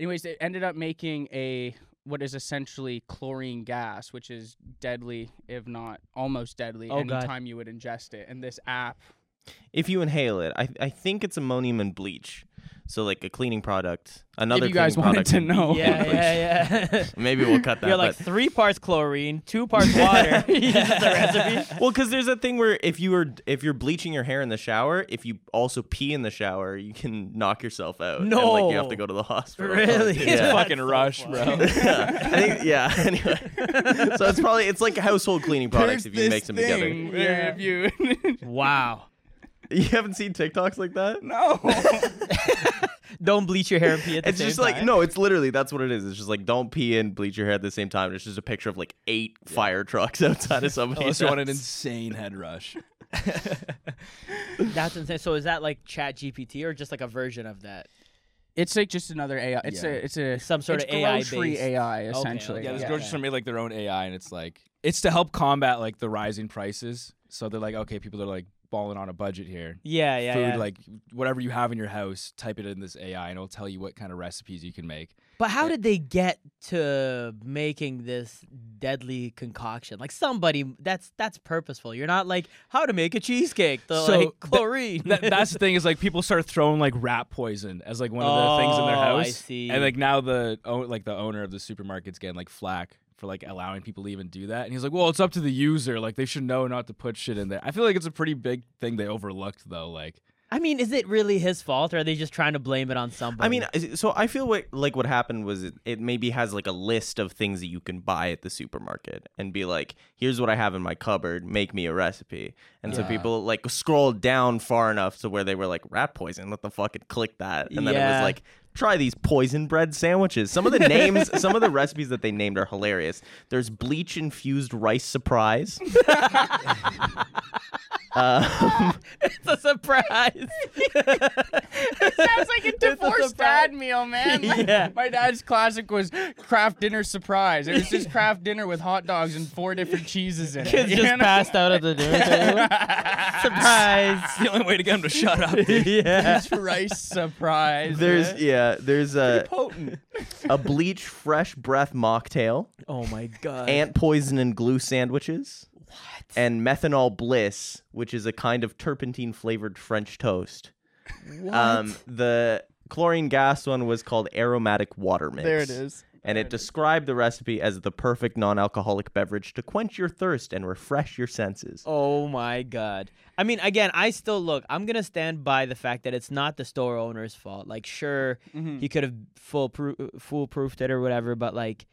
Anyways, they ended up making a what is essentially chlorine gas, which is deadly, if not almost deadly, Oh, God. anytime you would ingest it. And this app, If you inhale it, I, I think it's ammonium and bleach. So like a cleaning product. Another if you guys cleaning wanted product to would be- know, Yeah, <laughs> yeah, yeah. <laughs> <laughs> Maybe we'll cut that. You're like but- three parts chlorine, two parts water. That's the recipe. <laughs> <laughs> well, because there's a thing where if you were if you're bleaching your hair in the shower, if you also pee in the shower, you can knock yourself out. and, like you have to No. go to the hospital. <laughs> Really? Yeah. Fucking rush, bro. yeah. <laughs> I <laughs> think, yeah. Anyway, so it's probably it's like household cleaning products There's if you this mix them thing together. where if you <laughs> <laughs> Wow. You haven't seen TikToks like that? no, Don't bleach your hair and pee at the It's same just like time. no, it's literally that's what it is. It's just like don't pee and bleach your hair at the same time. It's just a picture of like eight fire trucks <laughs> <laughs> outside of <laughs> Oh, somebody's Unless you want an house. insane head rush. That's insane. So is that like Chat GPT or just like a version of that? it's like just another AI. It's Yeah. a it's a Some sort it's of AI grocery based- AI Okay, essentially. okay. Yeah, this Yeah. grocery store made like their own AI, and it's like it's to help combat like the rising prices. So they're like, okay, people are like balling on a budget here. Yeah, yeah, Food, yeah. like whatever you have in your house, type it in this AI, and it'll tell you what kind of recipes you can make. but how did they get to making this deadly concoction? Like somebody that's that's purposeful. You're not like how to make a cheesecake. The So like that- chlorine. That, that's the thing is like people start throwing like rat poison as like one of the things in their Oh, I house. see. And like now the o- like the owner of the supermarket's getting like flack for like allowing people to even do that. And he's like, well, it's up to the user. Like they should know not to put shit in there. I feel like it's a pretty big thing they overlooked though. Like <laughs> I mean, is it really his fault or are they just trying to blame it on somebody? I mean, is it- so I feel what like what happened was it, it maybe has like a list of things that you can buy at the supermarket and be like, here's what I have in my cupboard, make me a recipe. And so Yeah. people like scrolled down far enough to where they were like, rat poison, let the fucking click that. And then it Yeah. was like, try these poison bread sandwiches. Some of the names, some of the recipes that they named are hilarious. There's bleach infused rice surprise. <laughs> it's a <laughs> surprise. Sounds <laughs> like a surprise. divorced dad meal, man. <laughs> Like, Yeah. My dad's classic was craft dinner surprise. It was just craft dinner with hot dogs and four different cheeses in it. Kids you just know? <laughs> passed out at the dinner table. <laughs> surprise. it's <laughs> the only way to get him to shut <laughs> up. <laughs> yeah. It's rice surprise. There's yeah. yeah, there's a potent. a bleach fresh breath mocktail. Oh my god. ant poison and glue sandwiches. What? And methanol bliss, which is a kind of turpentine flavored French toast. What? Um, the chlorine gas one was called aromatic water mix. There it is. And it described the recipe as the perfect non alcoholic beverage to quench your thirst and refresh your senses. Oh my god. I mean, again, I still look. I'm gonna stand by the fact that it's not the store owner's fault. Like, sure, he could have full foolproofed it or whatever, but like,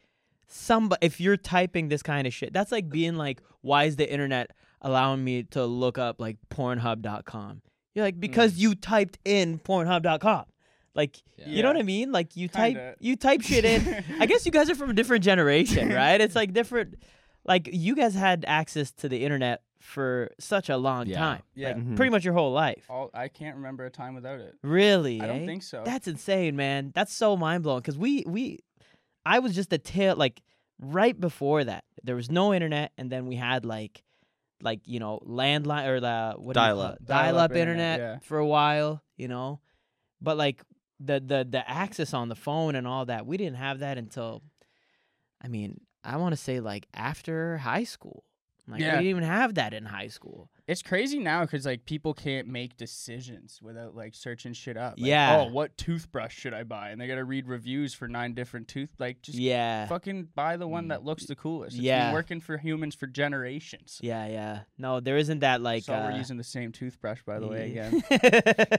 somebody, if you're typing this kind of shit, that's like being like, why is the internet allowing me to look up like Pornhub.com? You're like, because you typed in Pornhub.com. Like, you know what I mean? Like, you Kinda. type you type shit in. I guess you guys are from a different generation, right? It's like different. Like you guys had access to the internet for such a long Yeah. time, Yeah. like pretty much your whole life. <laughs> All, I can't remember a time without it. Really? I don't eh? think so. That's insane, man. That's so mind blowing. Cause we we, I was just a tail like right before that. There was no internet, and then we had like like you know landline or the what Dial-up. dial Dial-up up internet, internet yeah. for a while, you know. But like the the the access on the phone and all that, we didn't have that until, I mean, I want to say like after high school. Like Yeah. we didn't even have that in high school. It's crazy now because like people can't make decisions without like searching shit up. Like, Yeah. Oh, what toothbrush should I buy? And they gotta read reviews for nine different tooth. Like just yeah. Mm. fucking buy the one that looks the coolest. It's Yeah. been working for humans for generations. Yeah, yeah. No, there isn't that like. so we're uh, using the same toothbrush, by the way, yeah.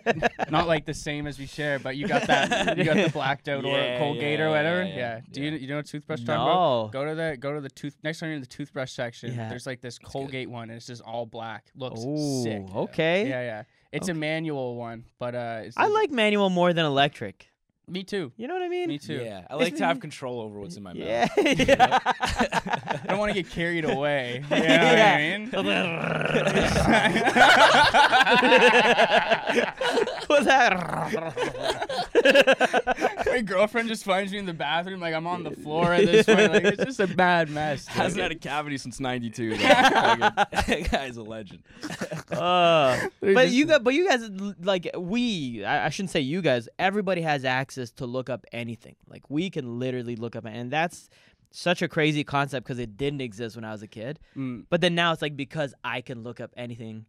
again. Not like the same as we share, but you got that, you got <laughs> the blacked out Yeah, or Colgate yeah, or whatever. yeah, Yeah. yeah, Do you you know what toothbrush I'm talking about? No. Go to the go to the tooth. Next time you're in the toothbrush section, Yeah. there's like this Colgate one, and it's just all black. Looks sick. Ooh, okay. Yeah, yeah. It's a manual one, but uh, it's I like manual more than electric. me too. You know what I mean? Me too. Yeah, I like to have control over what's in my mouth. <laughs> Yeah. <laughs> yeah. I don't want to get carried <laughs> away. You know what What's that? I mean? My girlfriend just finds me in the bathroom, like I'm on the floor at this point. Like it's just a bad mess. dude. Hasn't had a cavity since '92. that guy's a legend. <laughs> Uh, but you got, but you guys, l- like we, I, I shouldn't say you guys. Everybody has access to look up anything. Like we can literally look up, and that's such a crazy concept because it didn't exist when I was a kid. <laughs> Mm. <laughs> But then now it's like because I can look up anything,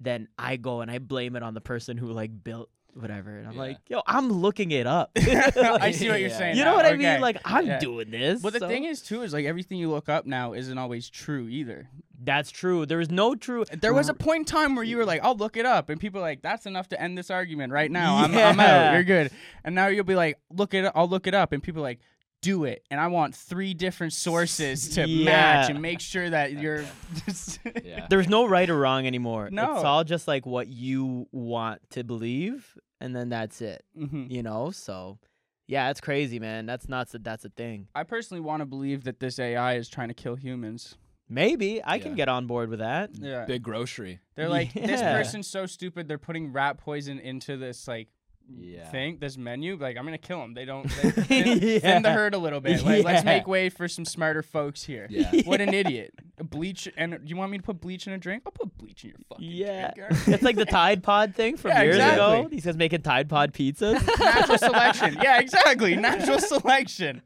then I go and I blame it on the person who like built whatever, and I'm like, yo, I'm looking it up. <laughs> I see <laughs> what you're Yeah. saying. you know now. what I Okay. mean? Like I'm Yeah. doing this. But the so- thing is, too, is like everything you look up now isn't always true either. that's true. There is no true. There was a point in time where you were like, "I'll look it up," and people were like, "That's enough to end this argument right now. I'm, I'm Yeah. out. You're good." And now you'll be like, "Look it. I'll look it up," and people are like, "Do it." And I want three different sources to match Yeah. and make sure that <laughs> you're. <laughs> Just Yeah. There's no right or wrong anymore. No. It's all just like what you want to believe and then that's it. Mhm. You know? So yeah, it's crazy, man. That's nuts that that's a thing. I personally want to believe that this AI is trying to kill humans. Maybe I can Yeah. get on board with that. Yeah. Big grocery. They're like, this Yeah. person's so stupid. They're putting rat poison into this like Yeah. thing, this menu. Like, I'm gonna kill them. They don't they, thin, thin the Yeah. herd a little bit. Like, let's Yeah. make way for some smarter folks here. Yeah. What an idiot! Bleach and you want me to put bleach in a drink? I'll put bleach in your fucking Yeah. drink. <laughs> alright? it's like the Tide Pod thing from Yeah, years ago. exactly. These guys making Tide Pod pizzas. <laughs> Natural selection. Yeah, exactly. Natural selection.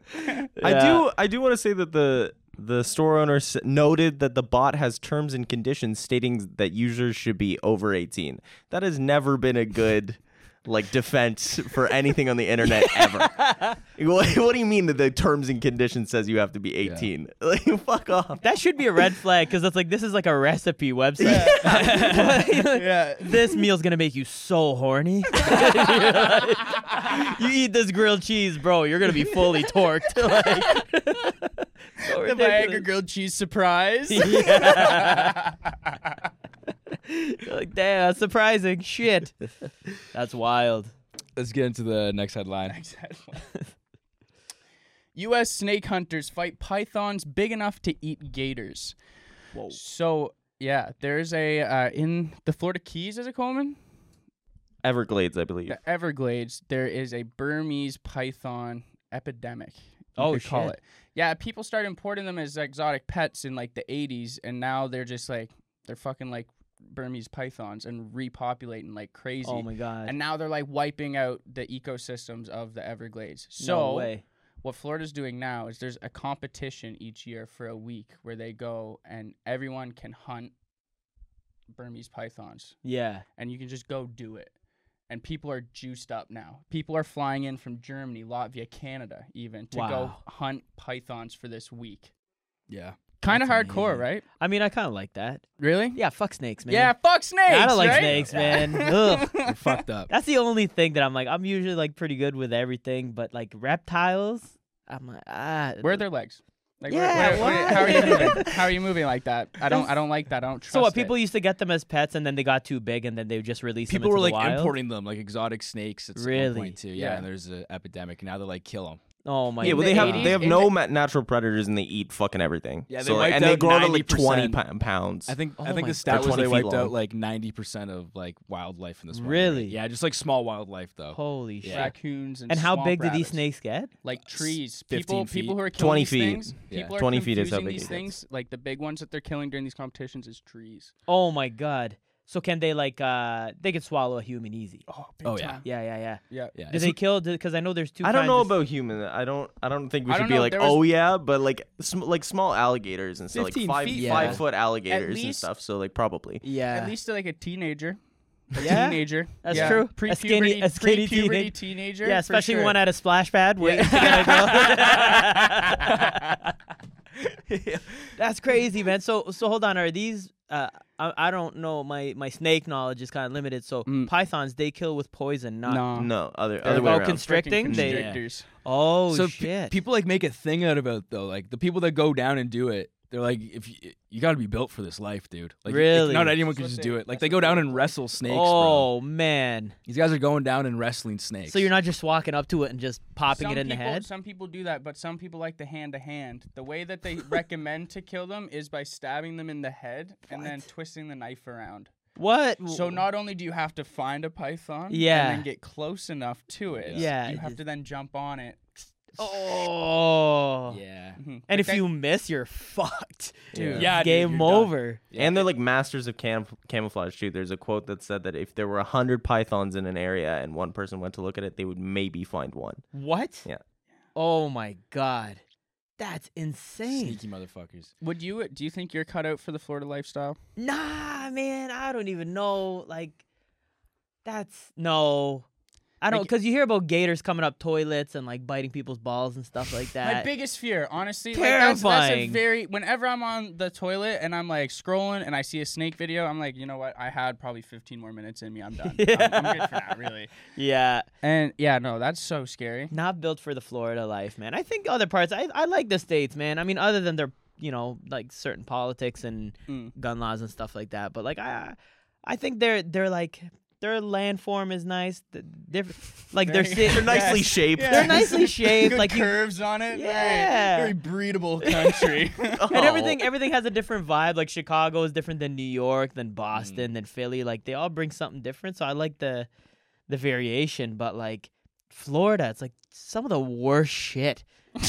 I do I do want to say that the the store owner s- noted that the bot has terms and conditions stating that users should be over 18. That has never been a good like defense for anything on <laughs> the internet ever. what, what do you mean that the terms and conditions says you have to be 18? <laughs> Like fuck off. That should be a red flag because that's like this is like a recipe website. <laughs> Yeah. This meal's gonna make you so horny. <laughs> you eat this grilled cheese, bro. You're gonna be fully torqued. <laughs> like, <laughs> so The Viagra grilled cheese surprise. <laughs> ridiculous. Yeah. You're like, damn, that's surprising. Shit, that's wild. Let's get into the next <laughs> headline. U.S. snake hunters fight pythons big enough to eat gators. Whoa. So yeah, there's a uh, in the Florida Keys, is it Coleman? Everglades, I believe. The Everglades, there is a Burmese python epidemic. you Oh, could call shit. it. Yeah, people started importing them as exotic pets in like the 80s, and now they're just like they're fucking like Burmese pythons and repopulating like crazy. Oh my god. and now they're like wiping out the ecosystems of the Everglades. So no way. what Florida's doing now is there's a competition each year for a week where they go and everyone can hunt Burmese pythons Yeah. and you can just go do it. And people are juiced up now. People are flying in from Germany, Latvia, Canada, even to go Wow. hunt pythons for this week. Yeah. Kind of That's hardcore, amazing. right? I mean, I kind of like that. Really? Yeah. Fuck snakes, man. Yeah, fuck snakes. I don't like right? <laughs> snakes, man. Ugh. You're fucked up. That's the only thing that I'm like. I'm usually like pretty good with everything, but like reptiles, I'm like ah. Where are their legs? Like, where- Yeah, where- where- why? how are you moving? <laughs> How are you moving like that? I don't. I don't like that. I don't trust. So what? it. People used to get them as pets, and then they got too big, and then they just released People them were into like the wild? importing them, like exotic snakes. At Really? Some point too. Yeah, Yeah. And there's an epidemic. Now they're like kill them. Oh my! yeah, well, God. they have they have no ma- natural predators and they eat fucking everything. Yeah, they so, wiped and they out grow to like twenty 90%. pou- pounds. I think Oh I think my- the stat or was 20 they feet wiped long. out like ninety percent of like wildlife in this. one Really? raid. Yeah, just like small wildlife though. Holy Yeah. shit! Raccoons and And how swamp big do these rabbits. snakes get? like trees. 15 People, people feet. who are killing 20 these feet. things, Yeah. people are 20 feet is how confusing big it these is. things. Like the big ones that they're killing during these competitions is trees. Oh my god! So can they like uh they could swallow a human easy? Oh, Oh, yeah. time. Yeah, yeah, yeah. yeah, Yeah, Do it's- they kill? Because I know there's two. I don't kinds know of- about human. I don't. I don't think we I should don't be know, like, there was- oh yeah, but like, sm- like small alligators and stuff, like 15 five, feet, five yeah. foot alligators and least- stuff. So like, probably. Yeah. At least to like a teenager. A Yeah? teenager. That's Yeah. true. A skinny- Pre-puberty, a skinny pre-puberty teenag- teenager. yeah, for especially sure. one at a splash pad. Wait, <laughs> That's crazy, man. So so hold on. Are these? Uh, I, I don't know. My my snake knowledge is kind of limited. So Mm. pythons they kill with poison, not No. No, other They're other way all around. constr- Freaking Constricting? They- Constrictors. Oh so pe- shit! people like make a thing out about though, like the people that go down and do it. They're like, if you, you got to be built for this life, dude. Like, it- Really? not anyone can That's just do what they- it. Like, that's they go what they- down and wrestle snakes. bro. oh man! these guys are going down and wrestling snakes. So you're not just walking up to it and just popping Some it in people, the head. Some people do that, but some people like the hand to hand. The way that <laughs> they recommend to kill them is by stabbing them in the head and then twisting the knife around. What? So not only do you have to find a python, Yeah. and then get close enough to it, Yeah. you have to then jump on it. Oh. yeah. Mhm. And But if that- you miss, you're fucked, dude. Yeah, dude, game you're done. over. and they're like masters of cam- camouflage too. There's a quote that said that if there were a hundred pythons in an area and one person went to look at it, they would maybe find one. What? Yeah. Oh my god, that's insane. Sneaky motherfuckers. would you do you think you're cut out for the Florida lifestyle? Nah, man, I don't even know. Like, that's no. I don't Like- because you hear about gators coming up toilets and like biting people's balls and stuff like that. My biggest fear, honestly, like, that's, that's a Terrifying. very. Whenever I'm on the toilet and I'm like scrolling and I see a snake video, I'm like, you know what? I had probably 15 more minutes in me. I'm done. I'm, I'm good for now, <laughs> really. yeah, And yeah, no, that's so scary. not built for the Florida life, man. I think other parts. I I like the states, man. I mean, other than their you know like certain politics and Mm. gun laws and stuff like that. But like I, I think they're they're like their landform is nice. th- Different, like they're Very- si- They're nicely shaped. They're nicely <laughs> shaped, Good like you- curves on it. Very- Yeah. very, breedable <laughs> country. <laughs> and everything everything has a different vibe. Like Chicago is different than New York, than Mm. Boston, than Philly. Like they all bring something different. So I like the the variation. But like Florida, it's like some of the worst shit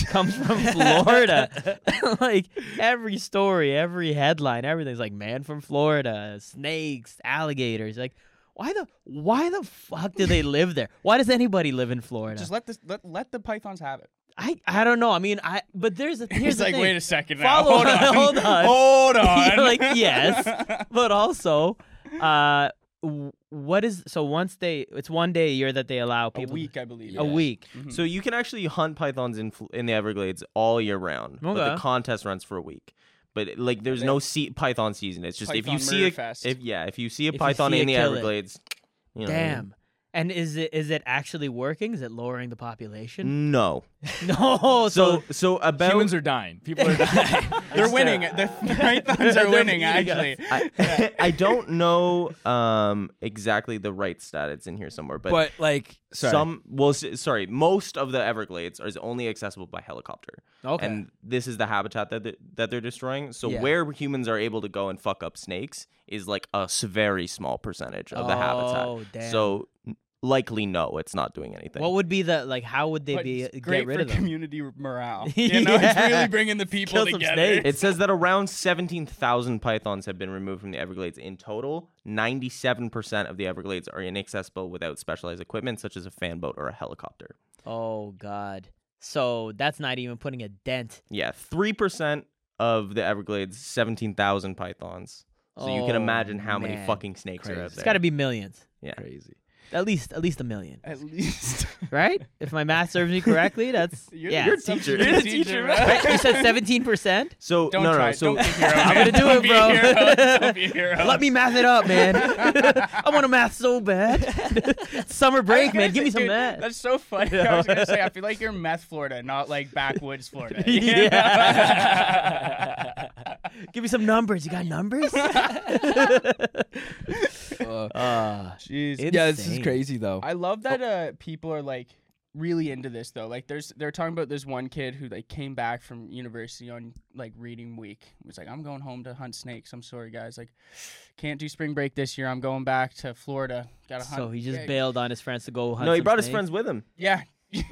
comes <laughs> from Florida. <laughs> like every story, every headline, everything's like man from Florida, snakes, alligators. Like why the why the fuck <laughs> do they live there? Why does anybody live in Florida? Just let this let, let the pythons have it. <laughs> I I don't know. I mean, I but there's a here's He's the like, thing. wait a second now. Follow <laughs> Hold on. hold on. Hold on. <laughs> You're like <laughs> yes, but also, uh, w- what is so once they it's one day a year that they allow A people week, I believe. a week. Mhm. So you can actually hunt pythons in Fl- in the Everglades all year round, but Okay. the contest runs for a week. But like, there's no sea- python season. It's just if Python you see murder a fest. if yeah, if you see a If you python see in it, the kill it. Everglades, you know, Damn. And is it is it actually working? Is it lowering the population? no. Mm. <laughs> No. So So, so about Humans are dying. People are dying. uh, They're winning. The <laughs> <laughs> pythons are winning, eating us. actually. <laughs> I, <laughs> I don't know um exactly the right stat. It's in here somewhere, but. but like, sorry. Some well, s- sorry. Most of the Everglades is only accessible by helicopter. okay. and this is the habitat that they're, that they're destroying. So Yeah. where humans are able to go and fuck up snakes is like a s- very small percentage of the habitat. Oh, damn. So n- likely no, it's not doing anything. what would be the like? How would they But be uh, it's get great rid for of them? community morale. <laughs> You know, Yeah. it's really bringing the people Kill some together. snakes. it says that around 17,000 pythons have been removed from the Everglades in total. 97% of the Everglades are inaccessible without specialized equipment such as a fan boat or a helicopter. Oh God. So that's not even putting a dent. Yeah, 3% of the Everglades, 17,000 pythons. So you can Oh, imagine how many man. fucking snakes are out Crazy. there. It's got to be millions. yeah. crazy. At least at least a million. At least right? If my math serves me correctly, that's <laughs> You're- yeah. you're Some- teacher. <laughs> <laughs> You're the Teacher, teacher, right? right? <laughs> <laughs> You said seventeen percent. So don't no, try. no. don't <laughs> So be a hero, man. I'm gonna do Don't it, be a bro. <laughs> hero. Don't be a hero. Let me math it up, man. <laughs> I want to math so bad. <laughs> Summer I was break, gonna man. Give me say, some dude, math. <laughs> That's so funny. I was gonna say, I feel like you're meth Florida, not like backwoods <laughs> Florida. You <laughs> Yeah. know? Give me some numbers. You <laughs> got numbers? <laughs> Uh, Uh, Jeez. yeah, this is <laughs> Insane. crazy though. Oh. I love that uh, people are like really into this though. Like there's they're talking about this one kid who like came back from university on like reading week. He was like, I'm going home to hunt snakes. I'm sorry guys. Like can't do spring break this year. I'm going back to Florida. Gotta hunt. So he just Yeah, bailed on his friends to go hunt. No, he some brought his snakes? friends with him. <laughs> Yeah.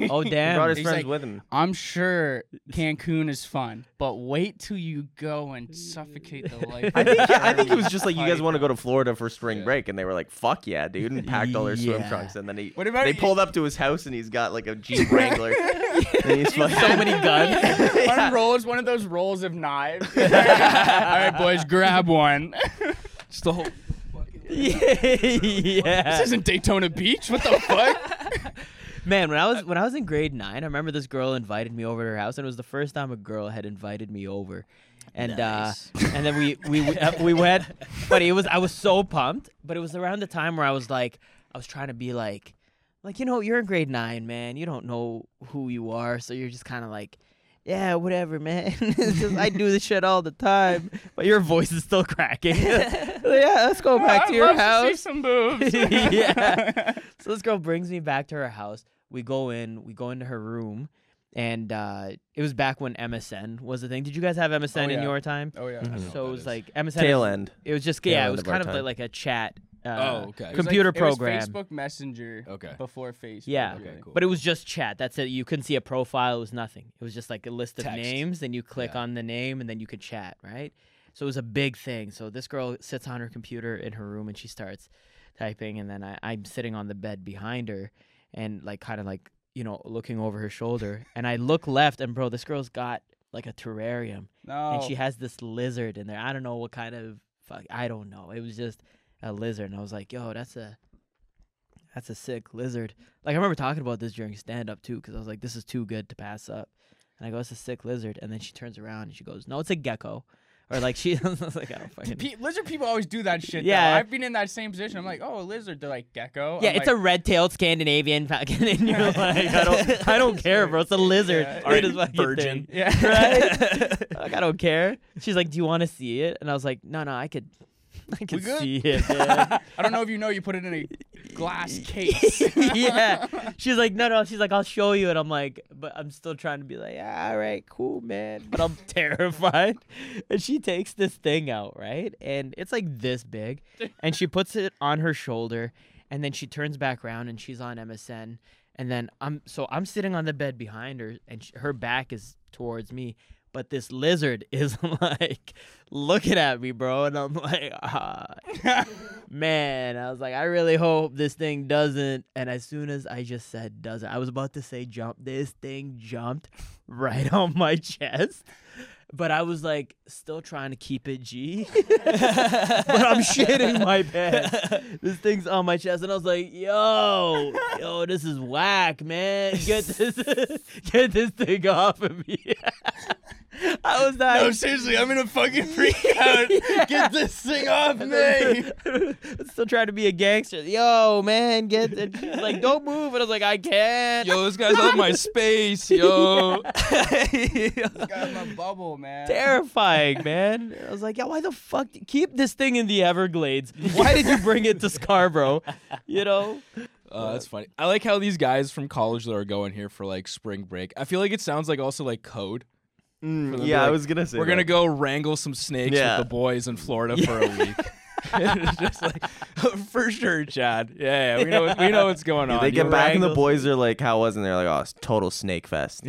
Oh damn! He <laughs> brought his He's friends like, with him. I'm sure Cancun is fun, but wait till you go and suffocate the life. I think, out <laughs> yeah, I of think it <laughs> was your just like you guys body." want to go to Florida for spring break, and they were like, "Fuck yeah, dude!" and packed all their swim Yeah. trunks, and then he What about they you- pulled up to his house, and he's got like a Jeep <laughs> Wrangler, and he's fucking so many guns. One roll is one of those rolls of <laughs> knives. all right, boys, grab <laughs> one. Just the whole. This <laughs> yeah. isn't Daytona Beach. What the <laughs> fuck? Man, when I was when I was in grade nine, I remember this girl invited me over to her house, and it was the first time a girl had invited me over, and uh, and then we we we, uh, we went, but it was I was so pumped, but it was around the time where I was like I was trying to be like, like you know you're in grade nine, man, you don't know who you are, so you're just kind of like. Yeah, whatever, man. <laughs> it's just, I do this shit all the time, but your voice is still cracking. <laughs> yeah, let's go back to your house. some <laughs> <laughs> <laughs> boobs. yeah. So this girl brings me back to her house. We go in, we go into her room, and uh, it was back when MSN was the thing. Did you guys have MSN Oh, in yeah. your time? Oh yeah. So it was like MSN. tail is- end. It was just Tail yeah. end It was of our kind of time. like, like a chat. Uh, oh, okay. It was like- computer it was program. Facebook Messenger. Okay. Before Facebook. Yeah. really. Okay, cool. But it was just chat. That's it. You couldn't see a profile. It was nothing. It was just like a list of Text. names. Then you click Yeah. on the name and then you could chat, right? So it was a big thing. So this girl sits on her computer in her room and she starts typing. And then I, I'm sitting on the bed behind her and like kind of like, you know, looking over her shoulder. and I look left and bro, this girl's got like a terrarium No. and she has this lizard in there. I don't know what kind of fuck. I don't know. It was just a lizard, and I was like, "Yo, that's a, that's a sick lizard." Like I remember talking about this during stand up too, because I was like, "This is too good to pass up." And I go, "It's a sick lizard," and then she turns around and she goes, "No, it's a gecko," or like she, <laughs> I was like, "I don't fucking." Pe- lizard people always do that shit. Yeah. Though. I've been in that same position. I'm like, oh, a lizard. They're like gecko. yeah, I'm it's a like, red-tailed Scandinavian falcon, and <laughs> you're like, I don't, I don't care, <laughs> bro. It's a lizard. Yeah. It Alright, is fucking virgin. thing. <laughs> Yeah. <laughs> right? like, I don't care. She's like, "Do you want to see it?" And I was like, "No, no, I could, <laughs> I could good? see it." Yeah. I don't know if you know. You put it in a glass <laughs> case. <laughs> yeah. She's like, "No, no." She's like, "I'll show you," and I'm like, "But I'm still trying to be like, all right, cool, man." But I'm <laughs> terrified. And she takes this thing out, right? And it's like this big, and she puts it on her shoulder, and then she turns back around, and she's on MSN. And then I'm so I'm sitting on the bed behind her, and sh her back is towards me. But this lizard <laughs> is like looking at me, bro, and I'm like, ah, man. I was like, I really hope this thing doesn't. And as soon as I just said doesn't, I was about to say jump. This thing jumped <laughs> right on my chest. But I was like, still trying to keep it G. <laughs> but I'm shitting my pants. This thing's on my chest, and I was like, "Yo, yo, this is whack, man. <laughs> Get this, <laughs> get this thing off of me." <laughs> I was not. No, seriously, I'm in a <laughs> fucking freak out. Get this thing off <laughs> me. <laughs> still trying to be a gangster. Yo, man, get it. She's like, don't move. And I was like, I can't. Yo, this guy's out of my space, <laughs> yo. Got my bubble, man. <laughs> Terrifying, man. I was like, yo, why the fuck? d- Keep this thing in the Everglades. Why did you bring it to Scarborough? You know? Uh, that's funny. I like how these guys from college that are going here for like spring break. I feel like it sounds like also like code. Mm, be yeah, I like, was gonna say We're gonna that. go wrangle some snakes Yeah. with the boys in Florida for a week. <laughs> it's just like <laughs> for sure, Chad. Yeah, yeah we know what- we know what's going on. They You get back, and the wrangle- boys are like, "How was?" it?" And they're like, "Oh, it's total snake <laughs> fest."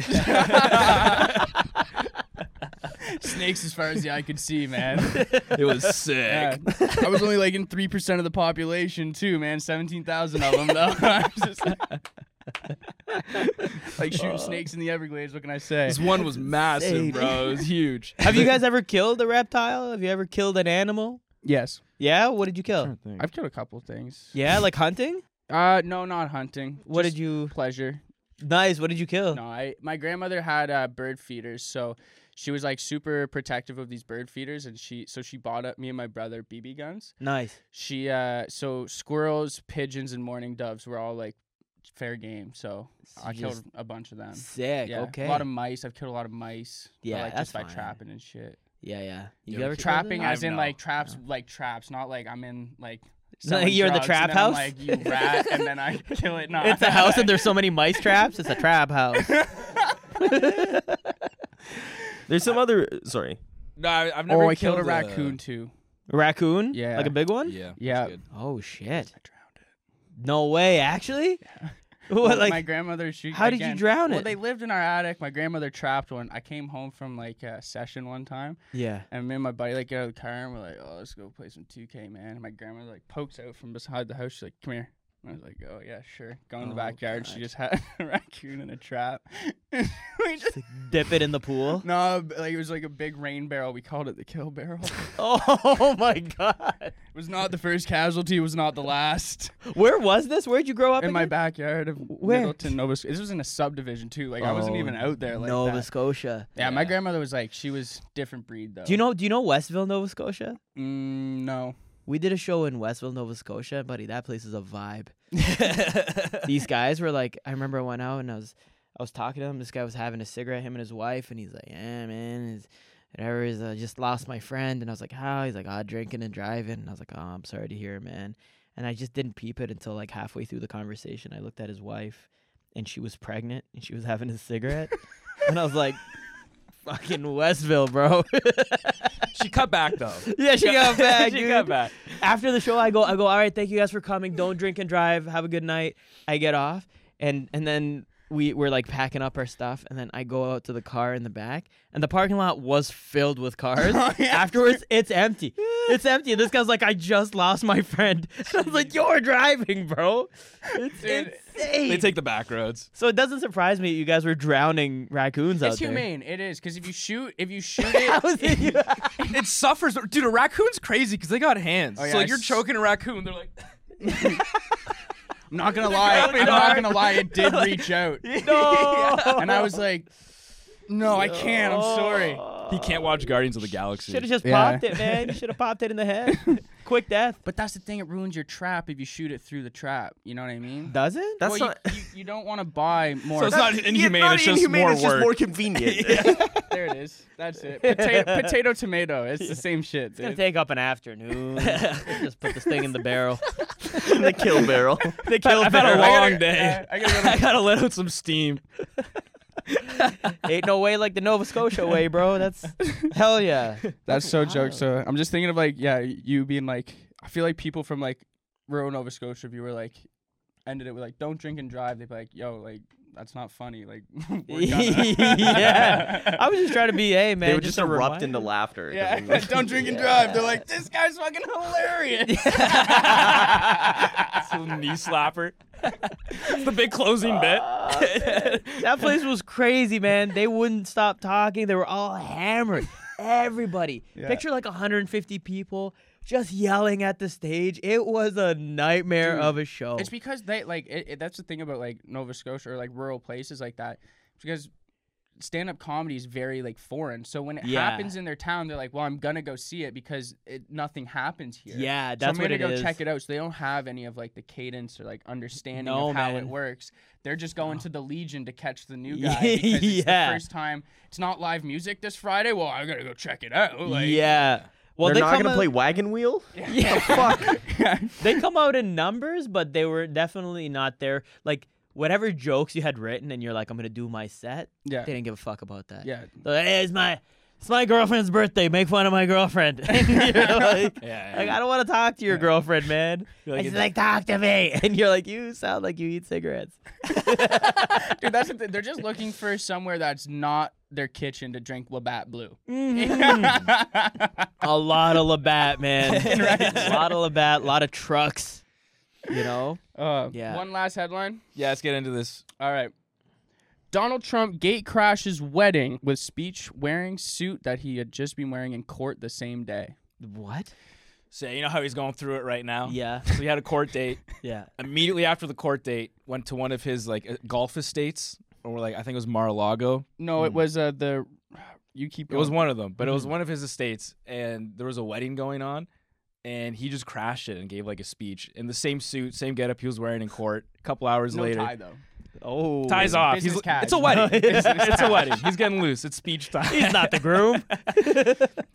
Snakes, as far as the eye could see, <laughs> man. <laughs> It was sick. Yeah. I was only like in three percent of the population too, man. Seventeen thousand of them though. <laughs> I was just like, like shooting Uh. snakes in the Everglades. What can I say? This one was massive, Insane. bro. It was huge. Have you guys ever killed a reptile? Have you ever killed an animal? Yes, Yeah? What did you kill? I've killed a couple things. Yeah, like hunting? Uh, no, not hunting. What Just did you. pleasure? Nice. What did you kill? No, I my grandmother had uh, bird feeders, so she was like super protective of these bird feeders, and she so she bought up me and my brother BB guns. Nice. She uh so squirrels, pigeons, and mourning doves were all like fair game. So So I you killed just- a bunch of them. Sick. yeah, Okay. a lot of mice. I've killed a lot of mice. but, Yeah, like, that's just by fine. trapping and shit. yeah, yeah. You Yeah, ever kill killed Trapping them? as I in don't like know. traps, like traps, not like I'm in like selling Like, <laughs> you're in the drugs, and then trap I'm house? like you rat, and then <laughs> I kill it. Nah. It's a <laughs> house and there's so many mice traps. It's a trap house. There's some other. Sorry. No, I, have never Oh, I killed, a killed raccoon too. Raccoon? Yeah. Like a big one? Yeah. Yeah. Oh shit. I drowned it. No way, actually? <laughs> <laughs> What my like grandmother. She. how did you again- drown Well, it? they lived in our attic. My grandmother trapped one. I came home from like a session one time, Yeah. and me and my buddy like get out of the car and we're like, "Oh, let's go play some 2K, man." And my grandmother like pokes out from beside the house. She's like, "Come here." And I was like, "Oh yeah, sure." Go in the Oh, backyard. She God. just had <laughs> a raccoon in a trap. <laughs> we just Dip it in <laughs> the pool. <laughs> no, b- like it was like a big rain barrel. We called it the kill barrel. it oh my god. was not the first casualty. It was not the last. Where was this? Where'd you grow up? in my again? backyard of Where? Middleton, Nova Scotia. This was in a subdivision too. Like I wasn't Oh, even out there. Like Nova that. Scotia. Yeah, my grandmother was like, she was different breed though. Do you know do you know Westville, Nova Scotia? Mm, no. We did a show in Westville, Nova Scotia, buddy. That place is a <laughs> vibe. These guys were like, I remember I went out and I was, I was talking to him. This guy was having a cigarette, him and his wife, and he's like, "Yeah, man, it's, whatever. Is I just lost my friend." And I was like, "How?" He's like, "Ah, drinking and driving." And I was like, "Oh, I'm sorry to hear, man." And I just didn't peep it until like halfway through the conversation. I looked at his wife, and she was pregnant, and she was having a cigarette, and I was <laughs> like, "Fucking Westville, bro." She cut back <laughs> though. yeah, <laughs> she got back. she dude got back. after the show I go I go all right thank you guys for coming don't drink and drive have a good night I get off and and then we we're like packing up our stuff and then I go out to the car in the back and the parking lot was filled <laughs> with cars Oh, afterwards it's empty it's empty this guy's like I just lost my friend <laughs> I was like you're driving bro it's Dude, insane They take the back roads. so it doesn't surprise me you guys were drowning raccoons out It's there <laughs> humane. It is because if you shoot, if you shoot How it, <laughs> is it- It suffers, dude. A raccoon's crazy because they got hands. Oh, yeah, so I like, you're s- choking a raccoon. They're like, I'm not gonna lie. I'm not gonna lie. <laughs> It did reach out, no and I was like, no, I can't. I'm sorry. he can't watch Guardians of the Galaxy. should have just Yeah. popped it man you should have popped it in <laughs> the head quick death But that's the thing. It ruins your trap if you shoot it through the trap. You know what I mean? does it That's well, not. you, <laughs> you, you don't want <laughs> to buy more. so it's not inhumane. not it's just inhumane, more it's work. just more <laughs> convenient. there it is. That's <laughs> it. Potato, potato, tomato. It's the same shit. It's gonna Dude. take up <laughs> an afternoon. just put this thing in the barrel. the kill <laughs> barrel. They killed I've had a I gotta- long day. I gotta go to- I <laughs> gotta let out some steam. Ain't no way like the Nova Scotia way, <laughs> bro. That's hell yeah. That's so joke. So I'm just thinking of like, yeah, you being like, I feel like people from like rural Nova Scotia, if you were like, ended it with like, don't drink and drive, they'd be like, yo, like, that's not funny. Like, <laughs> we're done. <laughs> yeah. I was just trying to be, hey man. they would just, a erupt <laughs> reminder. into laughter. <laughs> yeah, don't drink and drive. They're like, this guy's fucking <laughs> hilarious. <laughs> It's a <laughs> little knee slapper. It's the big closing bit. Oh, <laughs> That place was crazy, man. They wouldn't stop talking. They were all hammered. Everybody. Picture like 150 people just yelling at the stage. It was a nightmare Dude, of a show. It's because they like it, it- that's the thing about like Nova Scotia or like rural places like that because stand up comedy is very like foreign. So when it Yeah. happens in their town, they're like, "Well, I'm gonna go see it because it, nothing happens here." Yeah, so I'm that's what gonna it go is. check it out. So they don't have any of like the cadence or like understanding No, of how it man. Oh. works. They're just going to the Legion to catch the <laughs> new Yeah. guy because it's the first time. It's not live music this Friday. Well, I gotta go check it out. Like, yeah. <laughs> Well, Well, they're they not come gonna out- play wagon wheel. Yeah, fuck. they come out in numbers, but they were definitely not there. Like whatever jokes you had written, and you're like, I'm gonna do my set. Yeah. They didn't give a fuck about <laughs> that. Yeah. They're like, "Hey, it's my it's my girlfriend's birthday. Make fun of my girlfriend. <laughs> And you're like, Yeah, like, I don't want to talk to your girlfriend, man. like, And she's it's- like, talk to me. <laughs> And you're like, you sound like you eat cigarettes. Dude, that's the thing. They're just looking for somewhere that's not their kitchen to drink Labatt Blue. Mm-hmm. <laughs> a lot of Labatt, man. A lot of Labatt. A lot of trucks. You know. Uh, Yeah. One last headline. Yeah, let's get into this. All right. Donald Trump gate crashes wedding with speech wearing suit that he had just been wearing in court the same day. What? So you know how he's going through it right now. Yeah. So he had a court date. Yeah. Immediately after the court date, went to one of his like uh, golf estates, or like I think it was Mar-a-Lago. No, it was uh, the. You keep Hmm. It going. was one of them, but it was one of his estates, and there was a wedding going on, and he just crashed it and gave like a speech in the same suit, same getup he was wearing in court. A couple hours no later, tie though. Oh. ties off. Business He's- cash. it's a wedding. it's, it's a wedding. He's getting loose. It's speech time. <laughs> He's not the groom.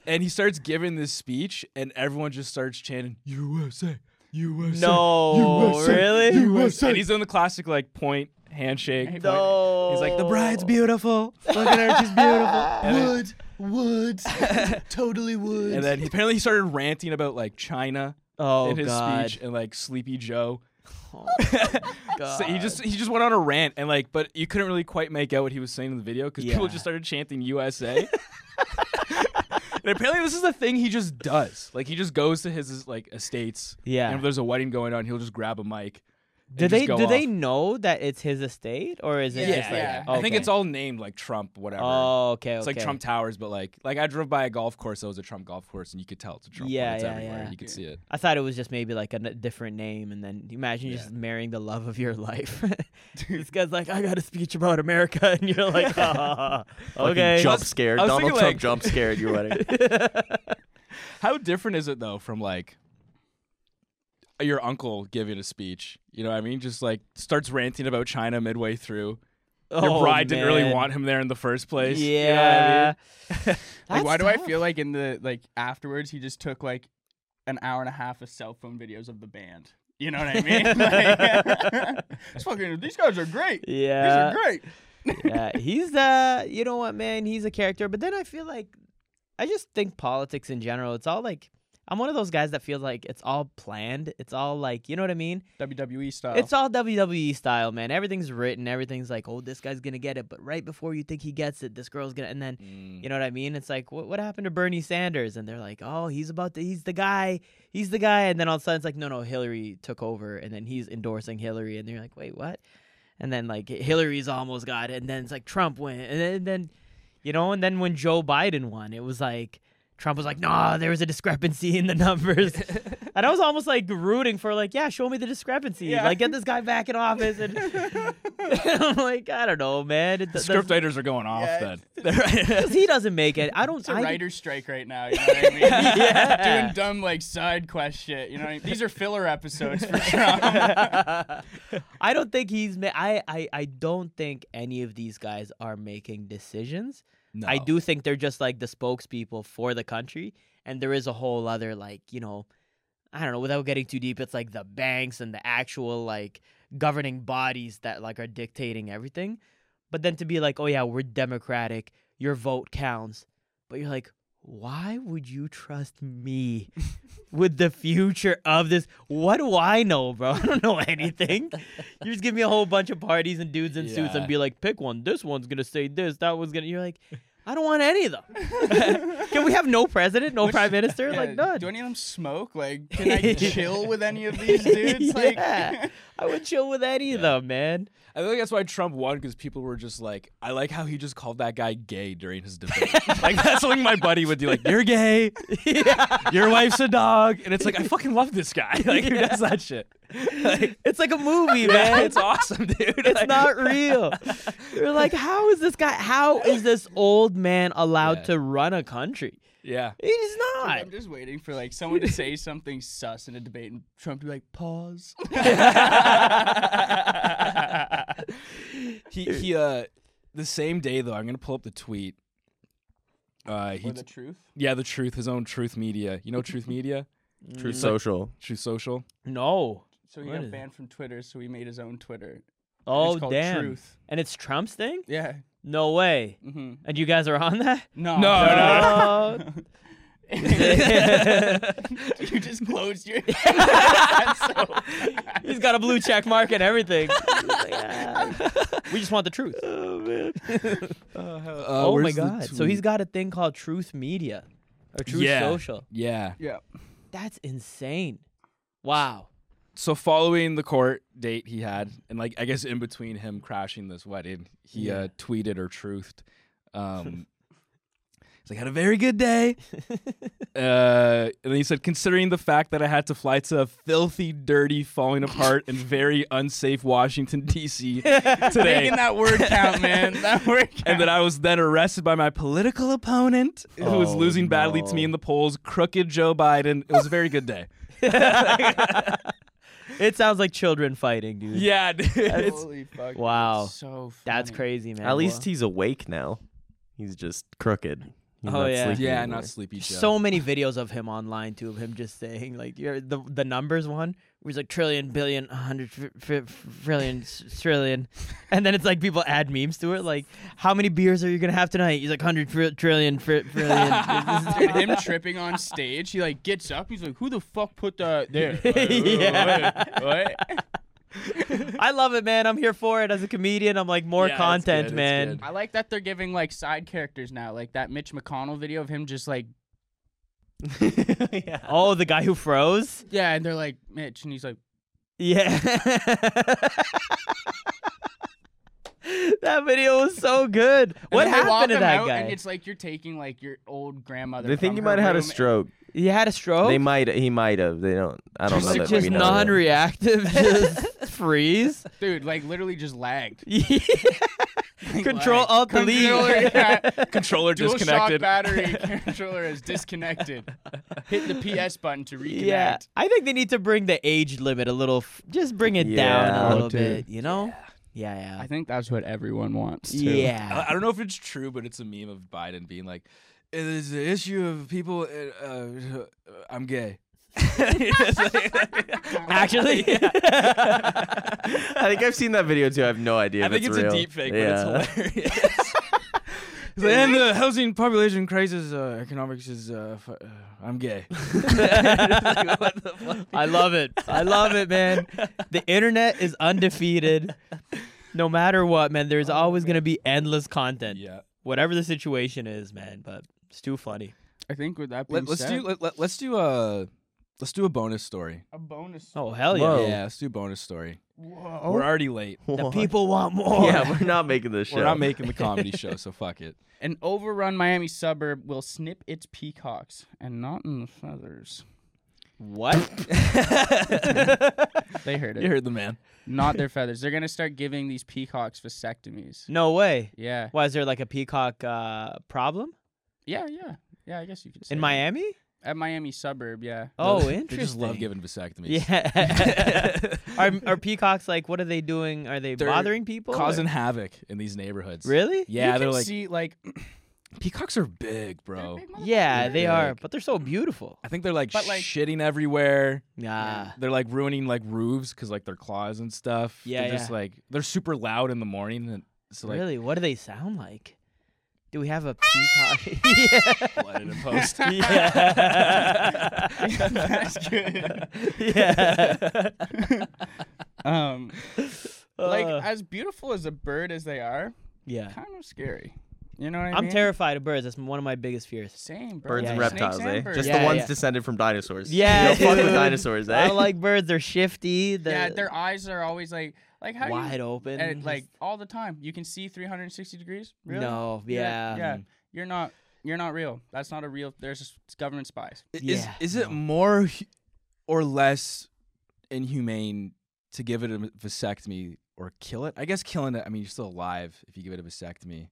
and he starts giving this speech, and everyone just starts chanting "USA, USA. Oh, No, USA, really? <laughs> USA. And he's doing the classic like point handshake. No. He's Oh. like, the bride's beautiful. Look at her, she's <laughs> beautiful. Wood, wood, <laughs> totally wood. And then he, apparently he started ranting about like China Oh, in his God. speech and like Sleepy Joe. God. So he just he just went on a rant and like, but you couldn't really quite make out what he was saying in the video because people Yeah. just started chanting USA. <laughs> and apparently this is a thing he just does. Like he just goes to his, his, like estates. Yeah. And if there's a wedding going on, he'll just grab a mic. and Do just they do go they off. know that it's his estate or is it Yeah, just like yeah. I think okay. it's all named like Trump, whatever. Oh, okay, It's like okay. Trump Towers, but like like I drove by a golf course that was a Trump golf course, and you could tell it's a Trump. one. Yeah, it's yeah, everywhere. yeah. You could see it. I thought it was just maybe like a n- different name, and then imagine Yeah. just marrying the love of your life. <laughs> this guy's like, I got a speech about America, <laughs> and you're like, <laughs> "Ah, okay, Jump scared. I was Donald thinking, Trump like- jump scared <laughs> your wedding. How different is it though from like your uncle giving a speech? You know, what I mean, just like starts ranting about China midway through. your Oh, bride didn't really man. want him there in the first place. Yeah. You know what I mean? Like, <laughs> That's why do I tough. feel like in the like afterwards he just took like an hour and a half of cell phone videos of the band? You know what I mean? <laughs> like, <laughs> it's fucking, these guys are great. Yeah. These are great. yeah, he's uh, you know what, man, he's a character. But then I feel like, I just think politics in general, it's all like, I'm one of those guys that feels like it's all planned. It's all like, you know what I mean? WWE E style. It's all WWE style, man. Everything's written. Everything's like, oh, this guy's gonna get it, but right before you think he gets it, this girl's gonna, and then Mm. you know what I mean? It's like, what what happened to Bernie Sanders? And they're like, oh, he's about to, he's the guy, he's the guy, and then all of a sudden it's like, no, no, Hillary took over, and then he's endorsing Hillary, and they're like, wait, what? And then like Hillary's almost got it, and then it's like Trump went, and then, and then you know, and then when Joe Biden won, it was like. Trump was like, nah, there was a discrepancy in the <laughs> <laughs> numbers. and I was almost like rooting for, like, yeah, show me the discrepancy. Yeah. Like, get this guy back in office. <laughs> And <laughs> I'm like, I don't know, man. It, does- Script writers are going off then. <laughs> because <laughs> he doesn't make it. I don't. It's a I, writer's strike right now. You know what I <laughs> mean? Yeah. Doing dumb like side quest shit. You know what I mean? These are filler episodes for <laughs> Trump. <laughs> I don't think he's. Ma- I, I. I. don't think any of these guys are making decisions. No. I do think they're just like the spokespeople for the country, and there is a whole other like you know, I don't know. Without getting too deep, it's like the banks and the actual like governing bodies that like are dictating everything. But then to be like, oh yeah, we're democratic. Your vote counts. But you're like, why would you <laughs> trust me with the future of this? What do I know, bro? <laughs> I don't know <laughs> anything. you just give me a whole bunch of parties and dudes in suits Yeah. and be like, pick one. This one's gonna say this. That one's gonna. You're like, I don't want any of them. <laughs> Can we have no president, no prime minister? Yeah, Like none. Do any of them smoke? Like, can <laughs> I chill with any of these <laughs> <laughs> dudes? Like, yeah, I would chill with <laughs> any of them, man. I think that's why Trump won because people were just like, I like how he just called that guy gay during his <laughs> debate. like that's something my buddy would do. Like you're gay, your wife's a dog, and it's like I fucking love this guy. <laughs> Like who does that <laughs> shit? It's like <laughs> a movie, Yeah, man. <laughs> it's awesome, dude. <laughs> It's not real. You're like, how is this guy? How is this old man allowed Yeah. to run a country? Yeah. He's Dude, not. <laughs> I'm just waiting for like someone to say something sus in a debate and Trump to be like, <laughs> pause. He he. Uh, the same day though, I'm gonna pull up the tweet. Uh, he, or the truth. yeah, the truth, his own Truth Media. You know Truth Media, Truth social. Truth Social. No. So he What got is- banned from Twitter, so he made his own Twitter. Oh called damn. Truth. And it's Trump's thing? Yeah. No way. Mm-hmm. And you guys are on <laughs> that? No. No, <laughs> no, Oh. you just closed your. <laughs> He's got a blue check mark and <laughs> everything. Yeah. we just want the truth. Oh man. Uh, oh my where's the god. So he's tweet? got a thing called Truth Media or Truth yeah, Social. Yeah. <laughs> <laughs> yeah. That's insane. Wow. so following the court date he had, and like I guess in between him crashing this wedding, he uh, tweeted or truthed. <laughs> Um, he's like, had a very good day. uh, and then he said, considering the fact that I had to fly to a filthy, dirty, falling apart, and very unsafe Washington <laughs> D.C. today, Making that word <laughs> count, man. That word count. and that I was then arrested by my political opponent who was Oh, losing badly to me no. in the polls, crooked Joe Biden. It was a very good <laughs> day. <laughs> It sounds like children fighting, dude. yeah, dude. it's- Holy fuck. Wow. So That's funny. crazy, man. At least Well, he's awake now. He's just crooked. You're not sleepy yeah, anymore. not sleepy Joe. <laughs> So many videos of him online too, of him just saying like you're the the numbers one, where he's like trillion, billion, a hundred, fr- fr- trillion, s- trillion, <laughs> and then it's like people add memes to it, like how many beers are you gonna have tonight? He's like hundred fr- trillion, fr- <laughs> trillion. Dude, him tripping on stage, he like gets up. He's like, "Who the fuck put that there?" <laughs> Yeah. What? I love it, man. I'm here for it as a comedian. I'm like more Yeah, it's content, good, it's man. good. <laughs> I like that they're giving like side characters now, like that Mitch McConnell video of him just like, yeah. Oh, the guy who froze. yeah, and they're like Mitch, and he's like, Yeah. <laughs> that video was so good. and what then they walk happened to him that out, guy? And it's like you're taking like your old grandmother. They think from he her might have had a room and- stroke. He had a stroke. Oh. They might. He might have. They don't. I don't know. just That just we know <laughs> that. non-reactive, just <laughs> freeze. Dude, like literally just lagged. Control Alt Controller, <laughs> Delete. <laughs> yeah. controller Dual shock disconnected. battery controller is disconnected. Hit the PS button to reconnect. Yeah, I think they need to bring the age limit a little. F- just bring it down Yeah. a little Dude. bit. You know? Yeah, I think that's what everyone wants. yeah, Too. I yeah. I don't know if it's true, but it's a meme of Biden being like, "It is the issue of people. Uh, uh, I'm gay." <laughs> Actually, <laughs> I think I've seen that video too. I have no idea. I if think it's, real. a deep fake, yeah. but it's <laughs> <laughs> hilarious. He's like, and <laughs> the housing population crisis, uh, economics is. Uh, f- uh, I'm gay. I love it. I love it, man. The internet is undefeated. No matter what, man, there's always gonna be endless content, <laughs> Oh, Yeah. whatever the situation is, man. But it's too funny. I think with that being Let, let's said, do. Let, let, let's do a. Let's do a bonus story. a bonus. Oh hell yeah! Whoa. Yeah, Oh. let's do a bonus story. Whoa. We're already late. The What? people want more. <laughs> Yeah, we're not making this show. We're not making the <laughs> comedy show, so fuck it. An overrun Miami suburb will snip its peacocks, and not in the feathers. What? they heard <laughs> it. You heard the man. Not their feathers. They're gonna start giving these peacocks vasectomies. No way. Yeah. Why is there like a peacock uh, problem Yeah. Yeah. Yeah. I guess you could. Say in that. Miami? At Miami suburb. Yeah. Oh, interesting. They just love giving vasectomies. <laughs> Yeah. are are peacocks like? What are they doing? Are they They're bothering people? or- Causing havoc in these neighborhoods. really? You Yeah, can they're like see like <laughs> peacocks are big, bro. Yeah, they are, Like- but they're so beautiful. I think they're like, But, like- shitting everywhere. Nah. They're like ruining like roofs because like their claws and stuff. Yeah, they're just yeah. like they're super loud in the morning. And so like really? What do they sound like? Do we have a peacock? <laughs> flooded in post. yeah. yeah. That's <laughs> good. yeah. Um, <laughs> like Uh. as beautiful as a bird as they are, kind of scary. You know what I mean? I'm terrified of birds. That's one of my biggest <laughs> fears. Same bro. Birds Yeah, and yeah. reptiles, Snakes and eh? birds. Just Yeah, the ones yeah. descended from dinosaurs. Yeah, You <laughs> don't fuck with dude. dinosaurs, eh? <laughs> I don't like birds. They're shifty. yeah, They're their eyes are always like like how wide you, open. and, like all the time. You can see 360 degrees. Really? No. You're- Yeah. yeah. Mm. You're not. You're not real. That's not a real. There's just it's government spies. I- Is Yeah, is it more hu- or less inhumane to give it a vasectomy or kill it? I guess killing it. I mean, you're still alive if you give it a vasectomy.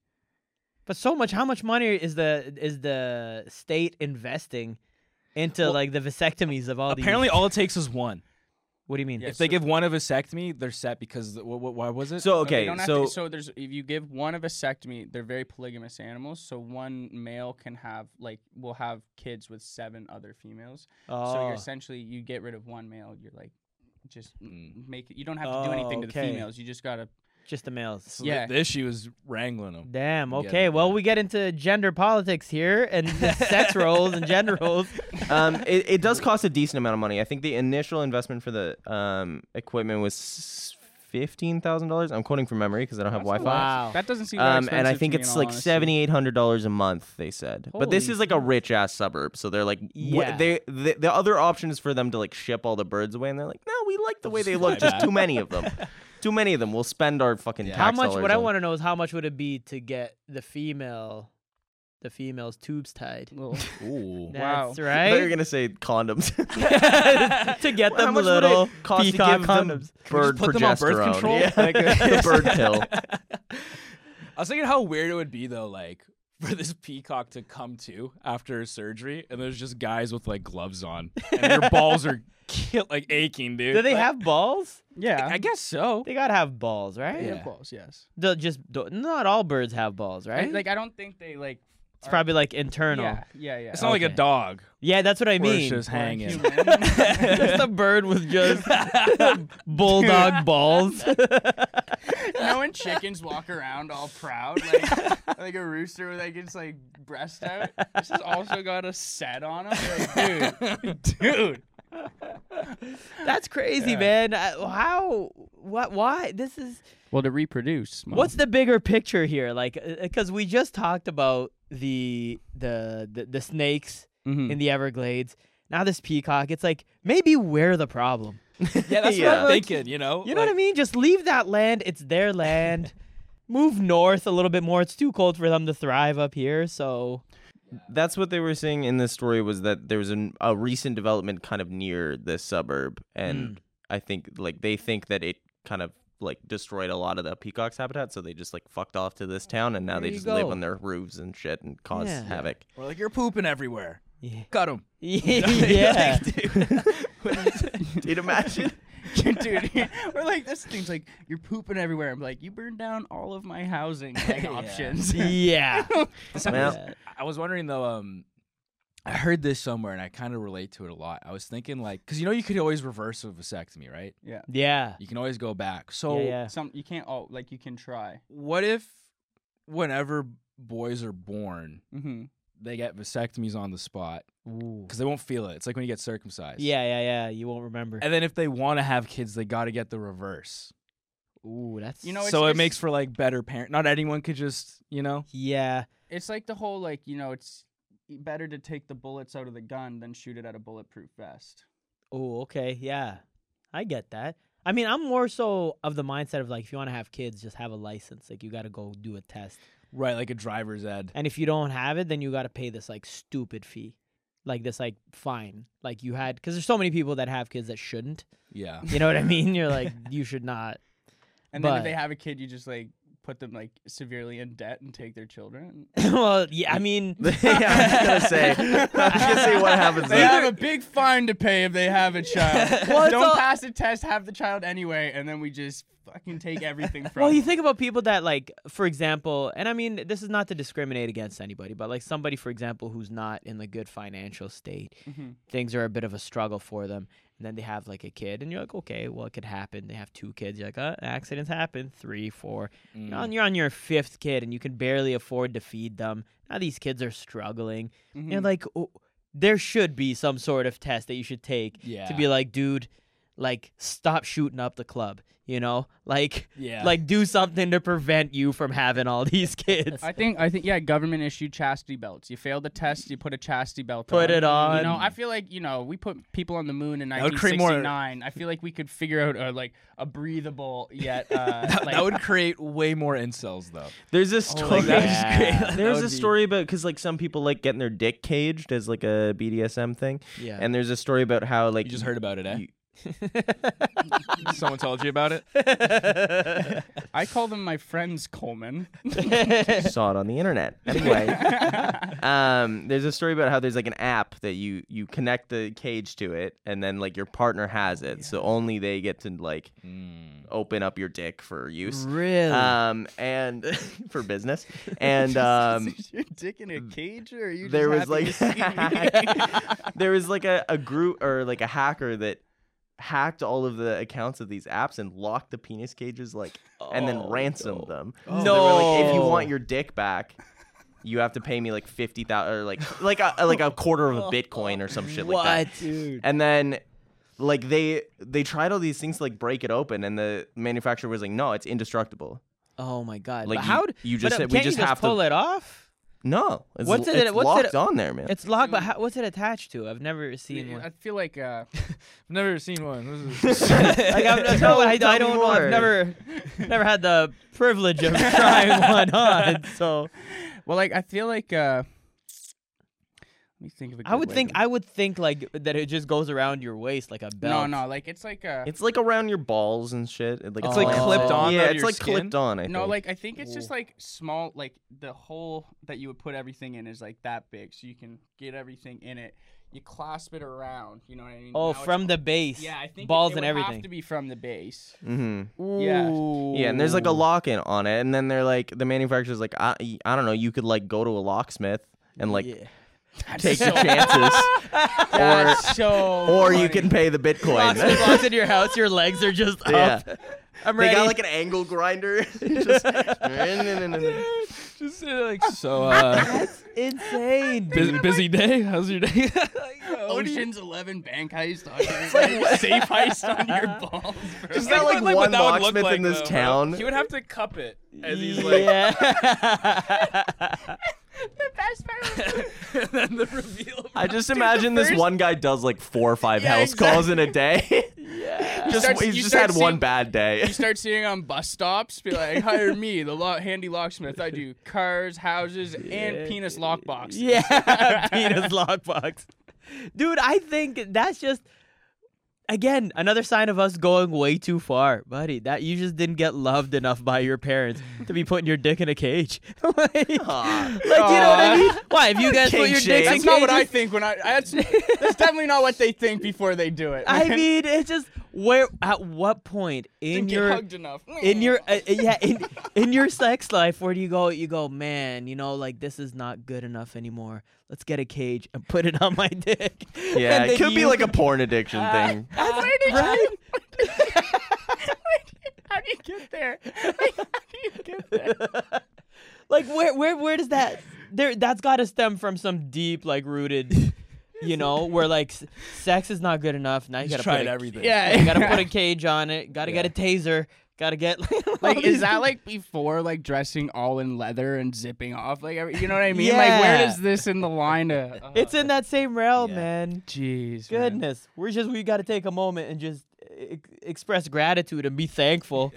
But so much. How much money is the is the state investing into Well, like the vasectomies of all these? Apparently, all it takes is one. What do you mean? Yeah, If they so- give one a vasectomy, they're set because the, what, what, why was it? So No, they okay, don't have so to, so there's if you give one a vasectomy, they're very polygamous animals. So one male can have like will have kids with seven other females. So Ah. Oh. you're essentially you get rid of one male. You're like just Mm. make it. You don't have to do Oh, anything to the okay. females. You just gotta. just the males. So the- yeah. the issue is wrangling them. Damn. Yeah, Okay. Well, yeah. we get into gender politics here and sex roles and gender roles. um, it, it does cost a decent amount of money. I think the initial investment for the um, equipment was fifteen thousand dollars. I'm quoting from memory because I don't have That's a Wi-Fi. Wow. That doesn't seem. that Um, and expensive I to think me in it's all like honesty. seventy eight hundred dollars a month. They said, but this Holy is like a rich ass suburb, so they're like, wh- Yeah. they the, the other option is for them to like ship all the birds away, and they're like, no, we like the way they look, just too many of them, too many of them. We'll spend our fucking Yeah. tax How much? dollars What I on- want to know is how much would it be to get the female, the female's tubes tied? <laughs> Well, <laughs> Ooh. That's Wow. I thought you right. were gonna say condoms. <laughs> <laughs> to get How them much would little it cost to peacock give them condoms. bird put them on birth progesterone? control? Yeah. <laughs> Like, uh, <laughs> the bird pill. <laughs> I was thinking how weird it would be though, like for this peacock to come to after surgery, and there's just guys with like gloves on, <laughs> and their balls are kill- like aching, dude. Do they Like, have balls? yeah. I guess so. They gotta have balls, right? yeah. Yeah. Close. Yes. The- just do- not all birds have balls, I- right? like I don't think they like It's uh, probably like internal. Yeah, yeah, yeah. It's not like a dog. Yeah, that's what I where mean. it's <laughs> just hanging. <laughs> <laughs> <laughs> just a bird with just <laughs> bulldog <laughs> balls. You know when chickens walk around all proud, <laughs> like, like a rooster with like its like breast out. This has also got a set on him. <laughs> dude, dude. That's crazy, man. I- How? What? Why? This is. Well, to reproduce. Mom. What's the bigger picture here? Like, because we just talked about the the the, the snakes Mhm. in the Everglades. Now this peacock. It's like maybe we're the problem. <laughs> Yeah, that's what Yeah. I'm thinking. You know. You know what I mean? Just leave that land. It's their land. Move north a little bit more. It's too cold for them to thrive up here. So <laughs> That's what they were saying in this story was that there was an, a recent development kind of near this suburb, Mm. and I think like they think that it kind of like destroyed a lot of the peacock's habitat, so they just like fucked off to this town, and now There they you just live go. on their roofs and shit and cause Yeah. havoc. We're like you're pooping everywhere. yeah, Cut him. <laughs> yeah. <laughs> <laughs> Dude, imagine. <laughs> dude? We're like this thing's like you're pooping everywhere. I'm like you burned down all of my housing <laughs> like, options. yeah. <laughs> Well, I was wondering though. Um, I heard this somewhere, and I kind of relate to it a lot. I was thinking like, because you know, you could always reverse a vasectomy, right? Yeah. You can always go back. So yeah, yeah. Some you can't. Oh, like you can try. what if, whenever boys are born, Mm-hmm. they get vasectomies on the spot Ooh. because they won't feel it. It's like when you get circumcised. Yeah, yeah, yeah. You won't remember. And then if they want to have kids, they got to get the reverse. Ooh, that's You know, it's- so it makes for like better parent. Not anyone could just, you know. yeah. It's like the whole like you know it's e, better to take the bullets out of the gun than shoot it at a bulletproof vest. Oh, okay. Yeah. I get that. I mean, I'm more so of the mindset of like, if you want to have kids, just have a license. Like, you got to go do a test. Right, like a driver's <laughs> ed. And if you don't have it, then you got to pay this like stupid fee, like this like fine, like you had, because there's so many people that have kids that shouldn't. Yeah. You know what I mean? You're <laughs> like, you should not. <laughs> And then if they But- have a kid, you just like put them like severely in debt and take <laughs> their children. <laughs> well, yeah. I mean, <laughs> yeah, I was gonna say, I was gonna say what happens. <laughs> They next. have a big fine to pay if they have a child. Well, it's Don't all- pass the test, have the child anyway, and then we just fucking take everything from. <laughs> Well, you them. think about people that like, for example, and I mean, this is not to discriminate against anybody, but like somebody, for example, who's not in the good financial state, Mm-hmm. Mhm. things are a bit of a struggle for them, and then they have like a kid, and you're like, okay, well, it could happen. They have two kids, you're like, uh, accidents happen, three, four. Now Mm. you're on your fifth kid, and you can barely afford to feed them. Now these kids are struggling, and Mm-hmm. you're like, oh, there should be some sort of test that you should take to be Yeah. like, dude. Like, stop shooting up the club, you know? Like, Yeah. like do something to prevent you from having all <laughs> these kids. I think I think yeah, government issued chastity belts. You fail the test, you put a chastity belt on. Put it You know, on. I feel like you know we put people on the moon in That would create more- 1969. I feel like we could figure out a, like a breathable <laughs> yet. Uh, That, like, that would create way more incels though. There's this story. that was Oh, yeah. great. <laughs> There's That a would be- story about because like some people like getting their dick caged as like a BDSM thing. Yeah. And there's a story about how like You just heard about it, eh? you- <laughs> Someone told you about it. I call them my friends, Coleman. <laughs> <laughs> saw it on the internet. Anyway, um, there's a story about how there's like an app that you you connect the cage to it, and then like your partner has it, so only they get to like open up your dick for use. really? Um and <laughs> for business, and um, is your dick in Mm. a cage, or are you? there was just happy like <laughs> <laughs> there was like a, a group or like a hacker that hacked all of the accounts of these apps and locked the penis cages like and then ransomed them. So they were like if you Oh, No. want your dick back, you have to pay me like fifty thousand or like like a like a quarter of a bitcoin or some shit what, like that. dude? And then like they they tried all these things to like break it open and the manufacturer was like, No, it's indestructible. Oh my god! Like, but you- how? d- you but, just uh, said we can't just you just have to- pull it off. No. It's, What's it- it's what's locked it- on there, man. It's locked, but how, what's it attached to? I've never seen <laughs> I one. feel like <laughs> uh, I've never seen one. <laughs> This is- <laughs> Like I've, I've- no, I, I tell me don't know. I've more. never, never had the privilege <laughs> of trying one on. So well, like I feel like uh, me think of a I good would way think to- I would think like that it just goes around your waist like a no, belt. no, like it's like uh, a. It's like around your balls and shit. It, Like It's, a Oh, like, clamp. clipped on Oh. Yeah, under it's your like clipped skin? on. I no, think. like I think it's just Ooh. like small, like the hole that you would put everything in is like that big, so you can get everything in it. You clasp it around, you know what I mean? Oh, Now it's- from the base. yeah, I think it- balls it and would have everything. to be from the base. <laughs> Mm-hmm. Yeah. Yeah, and there's like a lock-in on it, and then they're like the manufacturer's like, I, I don't know, you could like go to a locksmith and like take <laughs> your chances, That's so or you funny. can pay the Boxes bitcoin. locked in your house. Your legs are just <laughs> yeah, up. I'm they ready. got like an <laughs> angle grinder. <laughs> Just- Just uh, like so. Uh, insane. busy, busy day. How's your day? Ocean's Eleven bank heist on <laughs> your <laughs> safe heist on your balls. Bro. Is that like What one that would look locksmith like, in this though, bro. town? He would have to cup it <laughs> as he's <laughs> like, <laughs> yeah. and then the reveal. <laughs> I just imagine this first- one guy does like four or five Yeah, house calls in a day. <laughs> yeah, just starts- he's you just start had one seeing- bad <laughs> day. You <laughs> start <laughs> seeing on bus stops, be like, hire me, the lo- handy locksmith. I do cars, houses, and penis lockbox. <laughs> Yeah, penis lockbox. Dude, I think that's just again another sign of us going way too far, buddy. That you just didn't get loved enough by your parents to be putting your dick in a cage. <laughs> like, like, you know what I Aw. mean? Why? If you guys King put your shame. dicks in That's not what I cages- think when I. <laughs> That's, that's definitely not what they think before they do it. I mean, it's just where at what point in Didn't get your hugged enough. in your uh, uh, yeah in in your sex life where do you go you go man you know like this is not good enough anymore let's get a cage and put it on my <laughs> dick Yeah, And it then could be you- like a porn addiction thing. Where did right <laughs> <laughs> How do you get there? <laughs> Like, how do you get there? like where where where does that there that's got to stem from some deep like rooted you know where like s- sex is not good enough now you He's gotta tried put a, everything. yeah <laughs> you gotta put a cage on it gotta get a taser gotta get <laughs> Like, is that like before like dressing all in leather and zipping off? Like, every- you know what I mean? Like, Yeah. where is this in the line of? Uh, it's in that same realm man jeez. man. Goodness, we're just we got to take a moment and just e- express gratitude and be thankful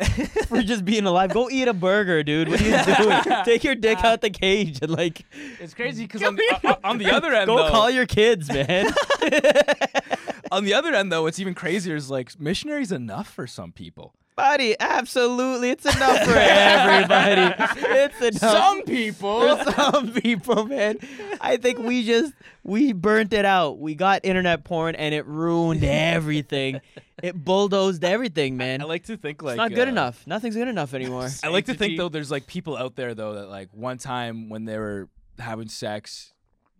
for just being alive. Go eat a burger, dude. What are you doing? take your dick out the cage and like It's crazy because on, <laughs> the- uh, on the other end, go though, call your kids, man. on the other end though, what's even crazier is like missionaries enough for some people. Buddy, absolutely, it's enough for everybody. It's enough. Some people. for <laughs> some people, man. I think we just we burnt it out. We got internet porn and it ruined everything. It bulldozed everything, <laughs> man. I like to think like it's not good uh, enough. Nothing's good enough anymore. I like to think Sanctity. though, there's like people out there though that like one time when they were having sex,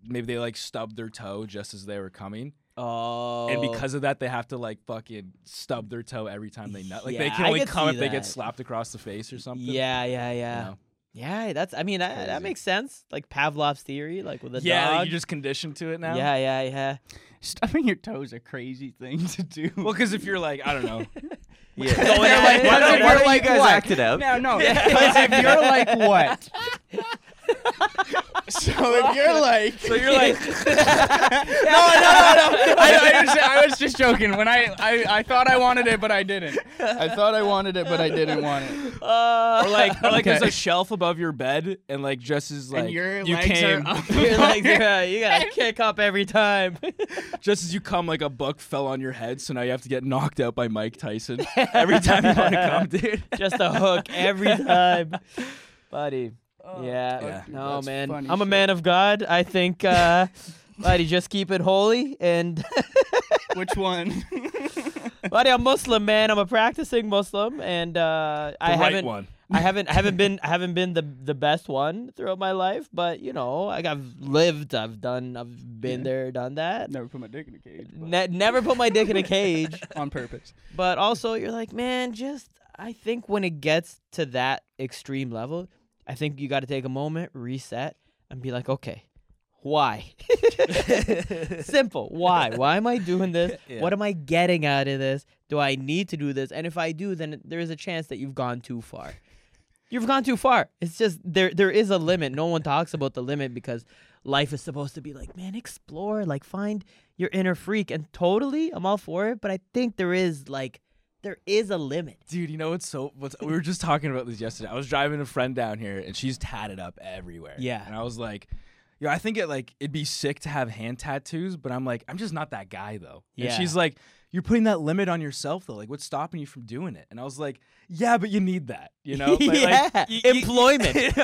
maybe they like stubbed their toe just as they were coming, Oh, and because of that, they have to like fucking stub their toe every time they nut. Like they Yeah, can I only could come see if they get that. slapped across the face or something. yeah, yeah, yeah, know? yeah. That's I mean that, that Crazy. makes sense. Like Pavlov's theory, like with a yeah, like, dog. you just conditioned to it now. yeah, <laughs> yeah, yeah. <laughs> Stuffing your toes a crazy thing to do. Well, because if you're like, I don't <laughs> know, Yeah. They're like, why why don't, don't- why why don't don't you guys act it <laughs> out? no, no. Because if you're like what? so <laughs> if you're like, so you're like, no, <laughs> no, no, no. <laughs> I, I, was, I was just joking. When I, I, I thought I wanted it, but I <laughs> didn't. I thought I wanted it, but I didn't want it. <laughs> Uh, or like, or like there's Okay. a shelf above your bed, and like just as like and your you legs came, are <laughs> up. You're like, yeah, you gotta kick up every time. <laughs> <laughs> just as you come, like a book fell on your head, so now you have to get knocked out by Mike Tyson <laughs> every time you want to come, dude. just a hook <laughs> every time, buddy. yeah. fuck, dude, no Oh, that's man, funny I'm a shit. man of God. I <laughs> think, uh, buddy, just keep it holy and. <laughs> Which one? <laughs> buddy, I'm Muslim, man. I'm a practicing Muslim, and uh, I The right haven't, one. I haven't, I haven't been, I haven't been the the best one throughout my life. But you know, like I've lived, I've done, I've been there, done that. Never put my dick in a cage. but- Ne- never put my dick in a cage. on purpose. But also, you're like, man, just I think when it gets to that extreme level, I think you got to take a moment, reset, and be like, okay, why? <laughs> Simple. Why? Why am I doing this? What am I getting out of this? Do I need to do this? And if I do, then there is a chance that you've gone too far. You've gone too far. It's just there. There is a limit. No one talks about the limit because life is supposed to be like, man, explore, like find your inner freak. And totally, I'm all for it. But I think there is like, there is <laughs> a limit. Dude, you know what's so what's we were just talking about this yesterday. I was driving a friend down here and she's tatted up everywhere. Yeah. And I was like, Yo, I think it like it'd be sick to have hand tattoos, but I'm like, I'm just not that guy though. And Yeah. she's like, You're putting that limit on yourself though. Like, what's stopping you from doing it? And I was like, Yeah, but you need that, you <laughs> know? But, yeah, like, y- employment.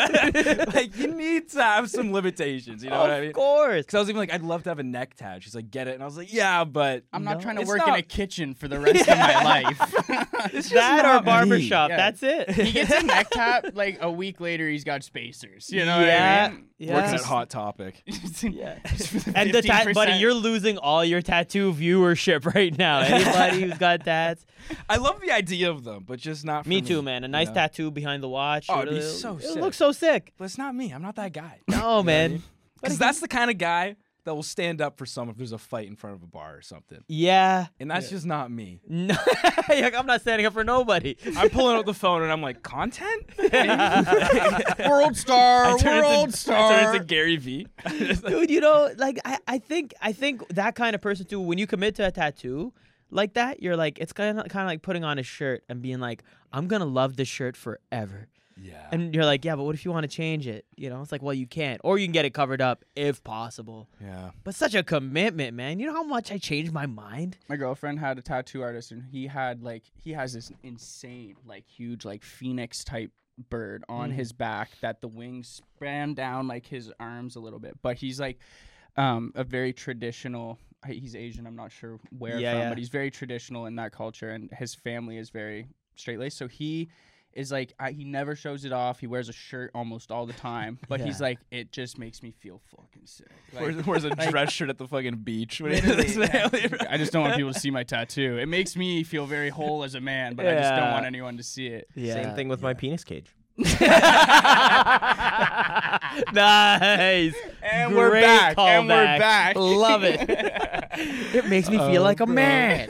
<laughs> like you need to have some limitations, you know what I mean? <laughs> Of course. Because I was even like, I'd love to have a neck tat. She's like, get it. And I was like, yeah, but I'm not trying to It's work in not- a kitchen for the rest of <laughs> my life. it's just That or not barber me. shop. Yeah. That's it. <laughs> he <laughs> gets a neck tap. Like a week later, he's got spacers. You know yeah. what I mean? <laughs> Yeah. Works at Hot Topic. yeah. And the ta- buddy, you're losing all your tattoo viewership <laughs> right <laughs> now. Anybody who's got tats. I love the idea of them, but just not for me. Me too, man. A nice Yeah. tattoo behind the watch. Oh, it'd be It'll- so it'll sick. look so sick. But it's not me. I'm not that <laughs> guy. No, man. Because that's the kind of guy that will stand up for someone if there's a fight in front of a bar or something. <laughs> Yeah. And that's just not me. No, Like, I'm not standing up for nobody. <laughs> I'm pulling out the phone and I'm like, content? <laughs> world star, <laughs> world I star. turn into Gary V. <laughs> Dude, you know, like I, I think I think that kind of person too, when you commit to a tattoo like that, you're like it's kinda kinda like putting on a shirt and being like, I'm gonna love this shirt forever. yeah. And you're like, Yeah, but what if you wanna change it? You know, it's like, well you can't. Or you can get it covered up if possible. yeah. But such a commitment, man. You know how much I changed my mind? My girlfriend had a tattoo artist, and he had like he has this insane, like huge, like phoenix type bird Mm. on his back that the wings span down like his arms a little bit. But he's like um, a very traditional. I- He's Asian. I'm not sure where Yeah, from, yeah. but he's very traditional in that culture, and his family is very straight laced. So he is like I, he never shows it off. He wears a shirt almost all the time, but he's like it just makes me feel fucking sick. Like, Wears, wears <laughs> a dress shirt at the fucking <laughs> beach. What Literally, is yeah. this? I just don't want people to see <laughs> my tattoo. It makes me feel very whole as a man, but I just don't Yeah. want anyone to see it. Yeah. Same thing with my penis cage. <laughs> nice. And we're Great back, and we're callback. back. <laughs> Love it. Oh, it makes me feel like a man.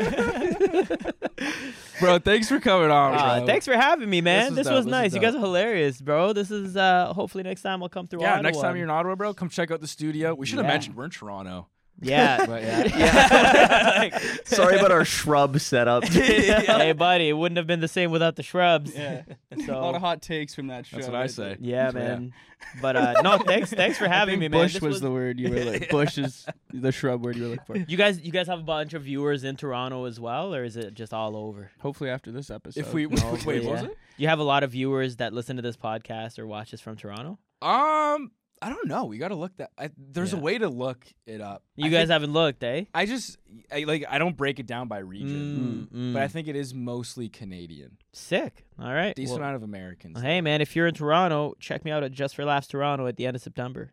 Bro, thanks for coming on, Aw, bro. Uh, thanks for having me, man. was This was, dope, this was nice. You guys are dope. hilarious, bro. This is uh hopefully next time I'll come through. Yeah, Ottawa. next time you're in Ottawa, bro, come check out the studio. We should have Yeah. mentioned we're in Toronto. <laughs> Yeah. <laughs> But yeah. <laughs> Sorry about <laughs> our shrub setup. hey, buddy, it wouldn't have been the same without the shrubs. Yeah. <laughs> So, A lot of hot takes from that show. That's what I say. yeah, man. But uh no, thanks, thanks for I having think me, man. Bush This was, the word you were like. Bush <laughs> is the shrub word you were looking for. You guys, you guys have a bunch of viewers in Toronto as well, or is it just all over? Hopefully after this episode. If we <laughs> <laughs> wait, what was Yeah. it? You have a lot of viewers that listen to this podcast or watch us from Toronto. Um, I don't know. We gotta look that. I, there's a Yeah. way to look it up. You I guys think- haven't looked, eh? I just I, like I don't break it down by region, Mm, but I mm. think it is mostly Canadian. sick. All right. Decent well- amount of Americans. Well, Hey man, if you're in Toronto, check me out at Just for Laughs Toronto at the end of September.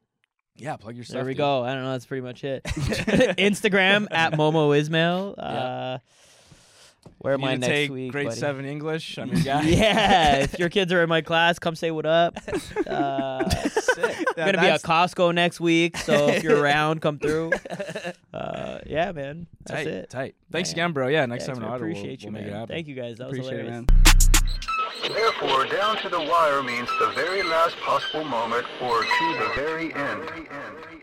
Yeah, plug your stuff. there we <laughs> dude. go. <laughs> I don't know. That's pretty much it. <laughs> Instagram at Momo Ismail. Uh, Where You am I need to next take week? grade buddy? seven English. I mean, yeah, <laughs> Yeah, <laughs> if your kids are in my class, come say what up. Uh, I'm gonna be at Costco next week, so <laughs> if you're around, come through. Uh, yeah, man, that's tight, it. tight. Thanks Yeah. again, bro. Yeah, next Thanks, time in man. Ottawa, we'll- appreciate you, we'll make it man. happen. Thank you guys. That was Appreciate it, hilarious. man. Therefore, down to the wire means the very last possible moment or to the very end.